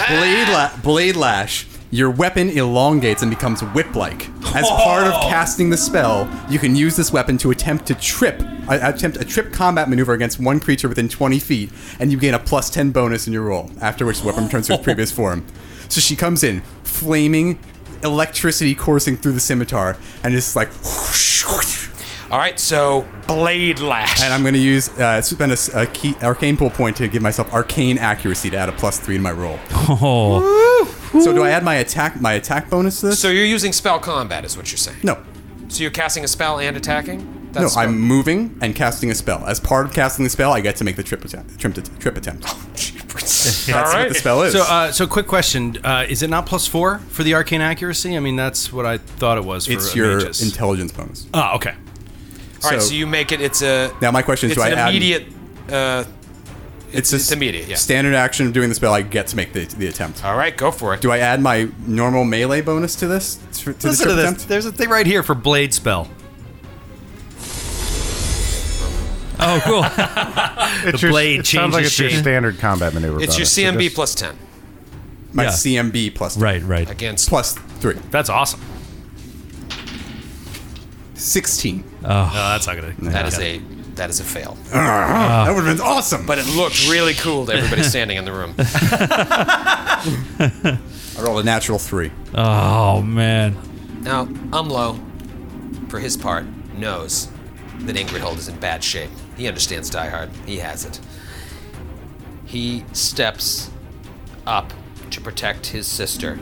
[SPEAKER 3] Blade, la- Blade Lash. Your weapon elongates and becomes whip like. As part of casting the spell, you can use this weapon to attempt to trip, uh, attempt a trip combat maneuver against one creature within 20 feet, and you gain a plus 10 bonus in your roll, after which the weapon returns to its previous form. So she comes in, flaming electricity coursing through the scimitar, and it's like. whoosh, whoosh.
[SPEAKER 4] All right, so blade lash.
[SPEAKER 3] And I'm going to use uh, spend a, s- a key arcane pool point to give myself arcane accuracy to add a plus three to my roll.
[SPEAKER 5] Oh,
[SPEAKER 3] So do I add my attack my attack bonus to this?
[SPEAKER 4] so you're using spell combat, is what you're saying?
[SPEAKER 3] no,
[SPEAKER 4] So you're casting a spell and attacking?
[SPEAKER 3] no.
[SPEAKER 4] spell-
[SPEAKER 3] I'm moving and casting a spell. As part of casting the spell, I get to make the trip attempt. Trip, att- trip attempt.
[SPEAKER 4] Jeepers.
[SPEAKER 3] That's what the spell is.
[SPEAKER 7] So, uh, so quick question: uh, Is it not plus four for the arcane accuracy? I mean, that's what I thought it was. For
[SPEAKER 3] it's your
[SPEAKER 7] mages.
[SPEAKER 3] intelligence bonus.
[SPEAKER 7] oh, okay.
[SPEAKER 4] All right,
[SPEAKER 3] so-
[SPEAKER 4] so you make it. It's a.
[SPEAKER 3] Now my question is,
[SPEAKER 4] it's
[SPEAKER 3] do I
[SPEAKER 4] an
[SPEAKER 3] add-
[SPEAKER 4] immediate. Uh,
[SPEAKER 3] It's,
[SPEAKER 4] it's immediate, yeah.
[SPEAKER 3] Standard action of doing the spell, I get to make the, the attempt.
[SPEAKER 4] all right, go for it.
[SPEAKER 3] Do I add my normal melee bonus to this? To, to
[SPEAKER 7] Listen
[SPEAKER 3] the
[SPEAKER 7] to
[SPEAKER 3] trip
[SPEAKER 7] this.
[SPEAKER 3] attempt?
[SPEAKER 7] There's a thing right here for blade spell.
[SPEAKER 5] oh, cool.
[SPEAKER 7] The blade
[SPEAKER 10] it sounds like
[SPEAKER 7] changes
[SPEAKER 10] it's
[SPEAKER 7] shape.
[SPEAKER 10] your standard combat maneuver.
[SPEAKER 4] it's
[SPEAKER 10] bonus,
[SPEAKER 4] your
[SPEAKER 10] so
[SPEAKER 4] CMB
[SPEAKER 10] just-
[SPEAKER 4] plus ten
[SPEAKER 3] My
[SPEAKER 5] Yeah.
[SPEAKER 3] CMB plus three.
[SPEAKER 5] right, right.
[SPEAKER 4] against.
[SPEAKER 3] Plus three.
[SPEAKER 7] That's awesome.
[SPEAKER 3] 16.
[SPEAKER 7] No, that's not gonna.
[SPEAKER 4] That is a. That is a fail.
[SPEAKER 5] Ah.
[SPEAKER 3] that would have been awesome.
[SPEAKER 4] But it looked really cool to everybody standing in the room.
[SPEAKER 3] I rolled a natural three.
[SPEAKER 5] Oh man.
[SPEAKER 4] Now, Umlo, for his part, knows that Ingridhold is in bad shape. He understands Die Hard. He has it. He steps up to protect his sister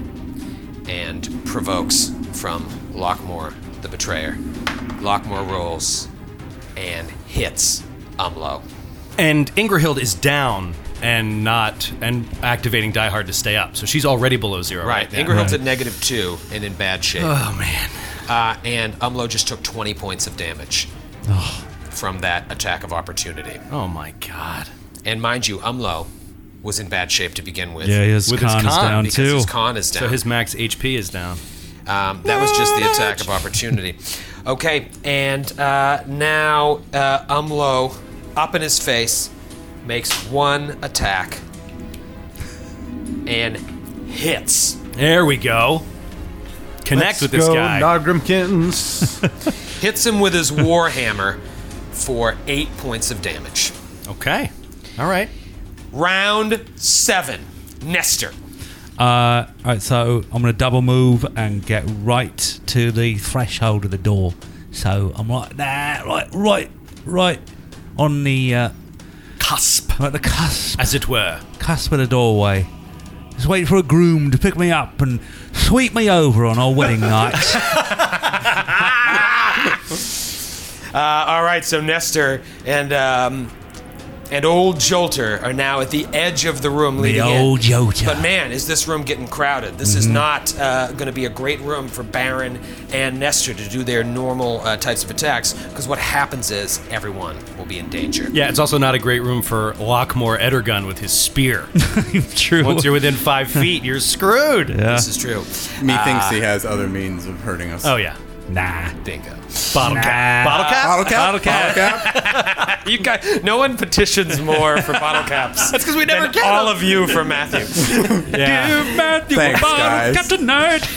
[SPEAKER 4] and provokes from Lockmore, the betrayer. Lockmore rolls and hits Umlo.
[SPEAKER 7] And Ingrahild is down and not and activating Die Hard to stay up, so she's already below zero.
[SPEAKER 4] Right,
[SPEAKER 7] Right. now.
[SPEAKER 4] Ingrahild's at negative two and in bad shape.
[SPEAKER 7] Oh man.
[SPEAKER 4] Uh, and Umlo just took 20 points of damage from that attack of opportunity.
[SPEAKER 7] Oh my god.
[SPEAKER 4] And mind you, Umlo was in bad shape to begin with. Uh,
[SPEAKER 5] Yeah, his
[SPEAKER 7] With his
[SPEAKER 5] con, is
[SPEAKER 7] con,
[SPEAKER 5] down
[SPEAKER 4] because
[SPEAKER 5] too.
[SPEAKER 4] his con is down.
[SPEAKER 7] So his max HP is down.
[SPEAKER 4] um, that was just the attack of opportunity. Okay, and uh, now uh, Umlo, up in his face, makes one attack and hits.
[SPEAKER 7] There we go. Connect
[SPEAKER 10] Let's
[SPEAKER 7] with this
[SPEAKER 10] go,
[SPEAKER 7] guy.
[SPEAKER 10] Nogrimkins.
[SPEAKER 4] Hits him with his warhammer for eight points of damage.
[SPEAKER 7] okay. All right.
[SPEAKER 4] Round seven, Nestor.
[SPEAKER 5] Uh, all right, so I'm gonna double move and get right to the threshold of the door. So I'm right there, right, right, right on the uh,
[SPEAKER 7] cusp,
[SPEAKER 5] I'm at the cusp,
[SPEAKER 7] as it were.
[SPEAKER 5] cusp of the doorway. Just waiting for a groom to pick me up and sweep me over on our wedding night.
[SPEAKER 4] Uh, all right, so Nestor and um, and old Jolter are now at the edge of the room leading in.
[SPEAKER 5] old Jolter.
[SPEAKER 4] But man, is this room getting crowded? This is not uh, going to be a great room for Baron and Nestor to do their normal uh, types of attacks because what happens is everyone will be in danger.
[SPEAKER 7] Yeah, it's also not a great room for Lockmore Edergun with his spear.
[SPEAKER 5] True.
[SPEAKER 7] Once you're within five feet, you're screwed.
[SPEAKER 5] Yeah.
[SPEAKER 4] This is true.
[SPEAKER 3] Methinks
[SPEAKER 5] Ah.
[SPEAKER 3] he has other means of hurting us.
[SPEAKER 7] Oh yeah,
[SPEAKER 5] Nah.
[SPEAKER 4] Bingo.
[SPEAKER 7] bottle cap. Bottle cap.
[SPEAKER 3] Bottle cap?
[SPEAKER 5] Bottle cap.
[SPEAKER 3] Bottle cap?
[SPEAKER 4] You guys, no one petitions more for bottle caps. That's because we never get all of you for Matthew.
[SPEAKER 5] Give Matthew
[SPEAKER 3] Thanks,
[SPEAKER 5] a bottle
[SPEAKER 3] guys.
[SPEAKER 5] cap tonight.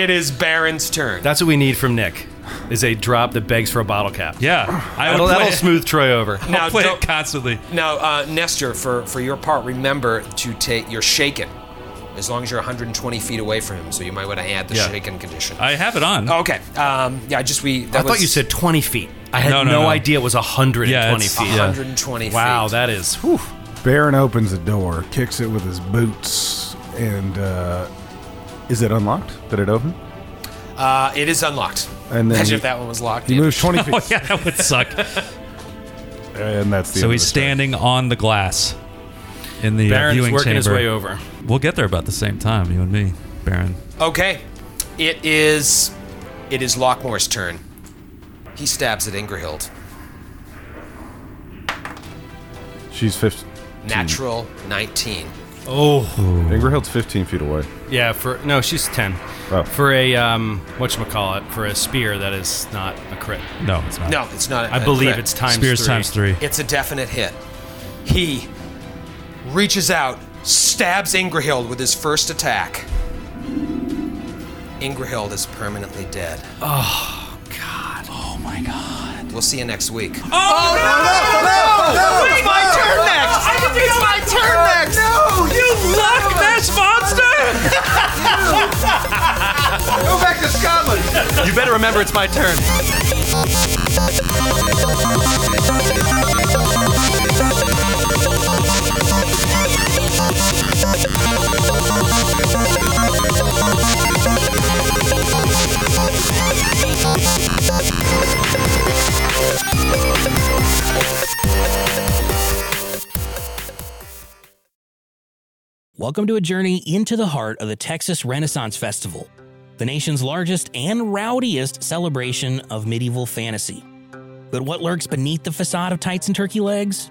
[SPEAKER 4] it is Baron's turn.
[SPEAKER 7] That's what we need from Nick. Is a drop that begs for a bottle cap.
[SPEAKER 5] Yeah. I
[SPEAKER 7] That'll,
[SPEAKER 5] will play,
[SPEAKER 7] that'll
[SPEAKER 5] it-
[SPEAKER 7] smooth Troy over.
[SPEAKER 4] now,
[SPEAKER 5] I'll play
[SPEAKER 4] don't-
[SPEAKER 5] it constantly.
[SPEAKER 4] Now, uh, Nestor, for, for your part, remember to take. You're shaken, as long as you're 120 feet away from him. So you might want to add the
[SPEAKER 5] Yeah.
[SPEAKER 4] shaken condition.
[SPEAKER 5] I have it on.
[SPEAKER 4] okay. Um, yeah, just we. That
[SPEAKER 7] I thought
[SPEAKER 4] was
[SPEAKER 7] you said 20 feet. I had
[SPEAKER 5] No,
[SPEAKER 7] no,
[SPEAKER 5] no, no.
[SPEAKER 7] idea it was 120
[SPEAKER 5] Yeah, it's-
[SPEAKER 7] feet.
[SPEAKER 5] yeah.
[SPEAKER 4] 120 feet.
[SPEAKER 7] Wow, that is. whew.
[SPEAKER 10] Baron opens the door, kicks it with his boots, and uh, is it unlocked? Did it open?
[SPEAKER 4] Uh, it is unlocked.
[SPEAKER 10] And then
[SPEAKER 4] Imagine
[SPEAKER 10] he-
[SPEAKER 4] if that one was locked.
[SPEAKER 10] He
[SPEAKER 4] in.
[SPEAKER 10] moves 20 feet,
[SPEAKER 5] Oh, yeah, that would suck.
[SPEAKER 10] and that's the
[SPEAKER 5] so
[SPEAKER 10] end
[SPEAKER 5] he's
[SPEAKER 10] of the
[SPEAKER 5] standing on the glass in the uh,
[SPEAKER 7] Baron's
[SPEAKER 5] viewing
[SPEAKER 7] working
[SPEAKER 5] chamber.
[SPEAKER 7] his way over.
[SPEAKER 5] We'll get there about the same time, you and me, Baron.
[SPEAKER 4] Okay. It is. It is Lockmore's turn. He stabs at Ingerhild.
[SPEAKER 5] Hmm.
[SPEAKER 10] story. She's 15.
[SPEAKER 4] Natural 19.
[SPEAKER 7] Oh,
[SPEAKER 10] Ingerhild's 15 feet away.
[SPEAKER 7] yeah. For no, she's 10.
[SPEAKER 10] Oh.
[SPEAKER 7] For a um, what call it? For a spear, that is not a crit.
[SPEAKER 5] No, it's not.
[SPEAKER 4] No, it's not. a-
[SPEAKER 7] I
[SPEAKER 4] a
[SPEAKER 7] believe
[SPEAKER 4] crit.
[SPEAKER 7] it's times
[SPEAKER 5] Spears
[SPEAKER 7] three.
[SPEAKER 5] times three.
[SPEAKER 4] It's a definite hit. He reaches out, stabs Ingrahild with his first attack. Ingrahild is permanently dead. Oh, God. Oh, my God. We'll see you next week. Oh, no, no, no, no, It's my turn next. it's my turn next. No, you luck this monster.
[SPEAKER 9] Go back to Scotland. you better remember it's my turn.
[SPEAKER 13] Welcome to a journey into the heart of the Texas Renaissance Festival, the nation's largest and rowdiest celebration of medieval fantasy. But what lurks beneath the facade of tights and turkey legs?